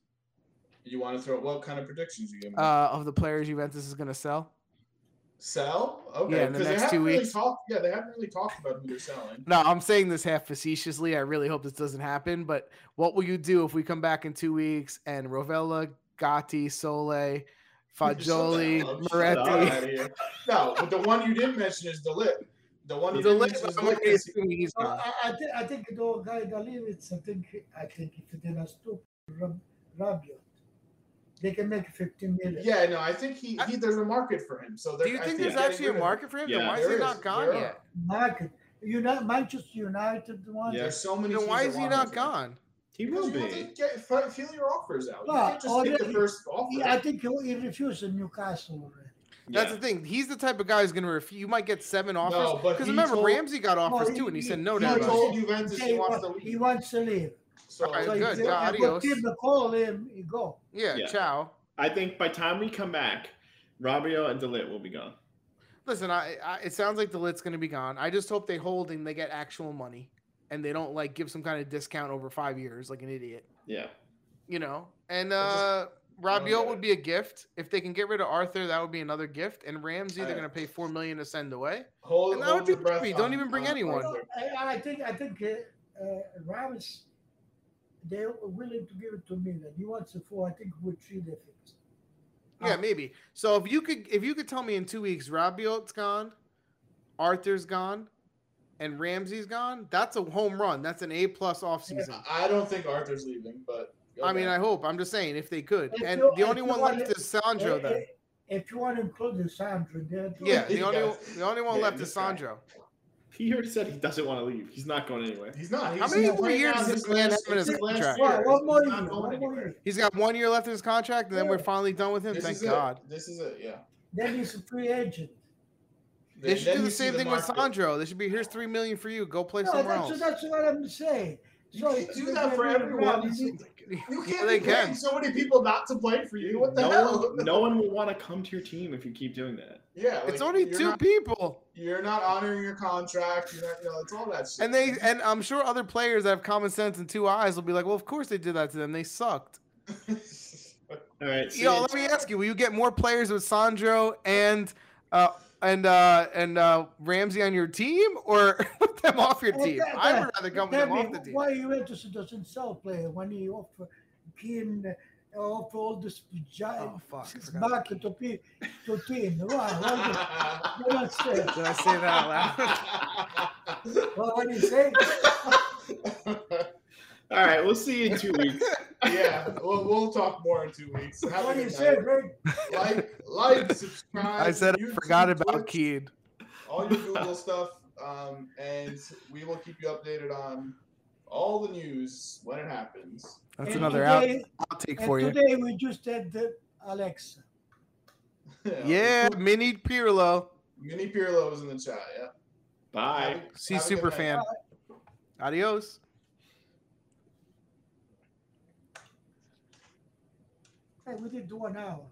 B: you want to throw what kind of predictions you give me?
A: uh, of the players Juventus is going to sell?
B: Sell? Okay.
A: yeah, in the
B: 'cause they
A: next two
B: haven't really
A: weeks.
B: talked- yeah, they haven't really talked about who they're selling.
A: No, I'm saying this half facetiously. I really hope this doesn't happen. But what will you do if we come back in two weeks and Rovella, Gatti, Sole, (laughs) Fagioli,
B: Shut the hell up. Shut the hell
A: Moretti?
B: outta here. No, but the one you did mention is Delit. The one you
A: The
B: did
A: list
B: mention is
A: (laughs) I'm already
B: Oh, Delit. 'cause he-
A: assuming he's
D: So
A: gone.
D: Uh, I, I, thi- I think the guy that leave it, I think I think if they must do Rab- Rabiot, they can make 15 million.
B: Yeah, no, I think he, he there's a market for him. So
A: Do you think there's actually a market for him? Then
C: Yeah,
A: why is he
B: there
A: not
B: is.
A: gone
B: There
A: yet?
D: market. United, Manchester United wants.
C: Yeah.
B: There's so many.
A: Then
B: teams
A: why
B: that
A: is he
B: want
A: not
B: him.
A: gone?
C: He
B: Because
C: will
B: you
C: be.
B: have to get fi- feel your offers out. You
D: Well,
B: can't just take the
D: already-
B: first offer.
D: He, I think he, he refused in Newcastle already.
A: That's
C: Yeah.
A: the thing. He's the type of guy who's going to refuse. You might get seven
B: No,
A: offers.
B: but
A: Because
B: he
A: remember,
B: told-
A: Ramsey got offers
D: he-
A: too, and he said
D: he-
A: no
B: he
A: to
D: no,
A: everybody.
B: told Juventus
D: Say
B: he wants
D: what-
B: to leave.
D: he wants to leave.
B: so
A: All right,
D: So
A: good.
D: if
A: yeah,
D: if the
A: adios.
D: team will call him, he go.
A: Yeah,
C: Yeah.
A: ciao.
C: I think by time we come back, Rabio and Delit will be gone.
A: Listen, I, I it sounds like the lit's going to be gone. I just hope they hold and they get actual money, and they don't like give some kind of discount over five years like an idiot,
C: Yeah.
A: you know. And uh,
B: I don't
A: Rabiot
B: get
A: would
B: it.
A: be a gift if they can get rid of Arthur. That would be another gift. And Ramsey, they're
B: I-
A: going to pay four million to send away.
B: hold,
A: And that
B: hold
A: would
B: your
A: be
B: breath.
A: creepy. Don't
B: on-
A: even bring
B: on
A: anyone.
B: Arthur.
D: I, I think I think uh, uh, Ravis, they're willing to give it to me. That he wants the four. I think we three they fix.
A: Yeah,
D: Ah.
A: maybe. So if you could, if you could tell me in two weeks, Rabiot's gone, Arthur's gone, and Ramsey's gone, that's a home run. That's an A plus offseason. season.
B: I don't think Arthur's leaving, but
A: I mean,
B: okay.
A: I hope. I'm just saying if they could.
D: If
A: And
D: you-
A: the
D: if
A: only
D: you
A: one
D: want
A: left
D: it-
A: is Sandro.
D: Eh,
A: Then
D: eh, If you want to include the Sandra, they're
A: yeah,
B: these
A: the only
B: guys.
A: the only one
C: Yeah,
A: left
C: this
A: is
C: guy.
A: Sandro.
C: Peter said he doesn't want to leave. He's not going anywhere.
B: he's not. He's
A: How many
B: he's
A: more
B: right
A: years
B: now,
A: does
B: his
A: this man have in his
B: his last
A: contract?
B: year.
D: Well, one more
B: He's not
D: year,
B: going
D: one more
B: anywhere.
D: year.
A: He's got one year left in his contract, and then we're
D: Yeah.
A: finally done with him.
B: This
A: Thank
B: is it.
A: God.
B: This is it. Yeah.
D: Then he's a free agent.
A: They
B: Then-
A: should
B: then
A: do
B: you
A: the
B: see
A: same thing with
B: market.
A: Sandro. They should be here's three million for you. Go play
D: No,
A: somewhere
D: that's,
A: else.
D: that's what I'm saying.
B: You
D: So
B: can't
D: if
B: do
D: you
B: that
D: get
B: for
D: rid of
B: everyone.
D: Ravis,
B: You
A: (laughs)
B: You can't
A: they
B: be paying
A: can.
B: so many people not to play for you. What the
C: no
B: hell?
C: One, no one will want to come to your team if you keep doing that.
B: Yeah, like,
A: it's only
B: you're
A: two
B: Not,
A: people.
B: you're not honoring your contract. You're not. You know, it's all that shit.
A: And they and I'm sure other players that have common sense and two eyes will be like, well, of course they did that to them. They sucked.
C: All right. see
A: Yo,
C: you.
A: let me ask you: Will you get more players with Sandro and uh, and uh, and uh, Ramsey on your team, or (laughs) put them off your
D: Well,
A: team?
D: that-
A: I would
D: that-
A: rather come with
D: Tell
A: them
D: me,
A: off the team.
D: why Juventus doesn't sell player when he offer Keane, uh, offer all this giant
A: Oh fuck! I forgot.
D: market to, pe- to team? Why? Why
B: Did
D: do you not say?
A: Did I say that out loud?
D: (laughs)
A: (laughs)
D: Well, what do you say? (laughs)
C: All right. We'll see you in two weeks.
B: yeah, we'll, we'll talk more in two weeks. Have a
D: What do you
B: good
D: say,
B: night.
D: Greg?
B: Like, like, subscribe.
A: I said I
B: YouTube,
A: forgot about
B: Twitch,
A: Keen.
B: all your Google stuff, um, and we will keep you updated on all the news when it happens. (laughs)
A: That's
D: And
A: another out,
D: today,
A: outtake
D: and
A: for you.
D: Today we just had the Alexa.
A: Yeah, mini Pirlo.
B: Mini Pirlo was in the chat. Yeah.
C: Bye.
B: Have a-
A: She's
B: have a good
A: super
B: night.
A: fan. Adios.
D: Hey, we did one hour.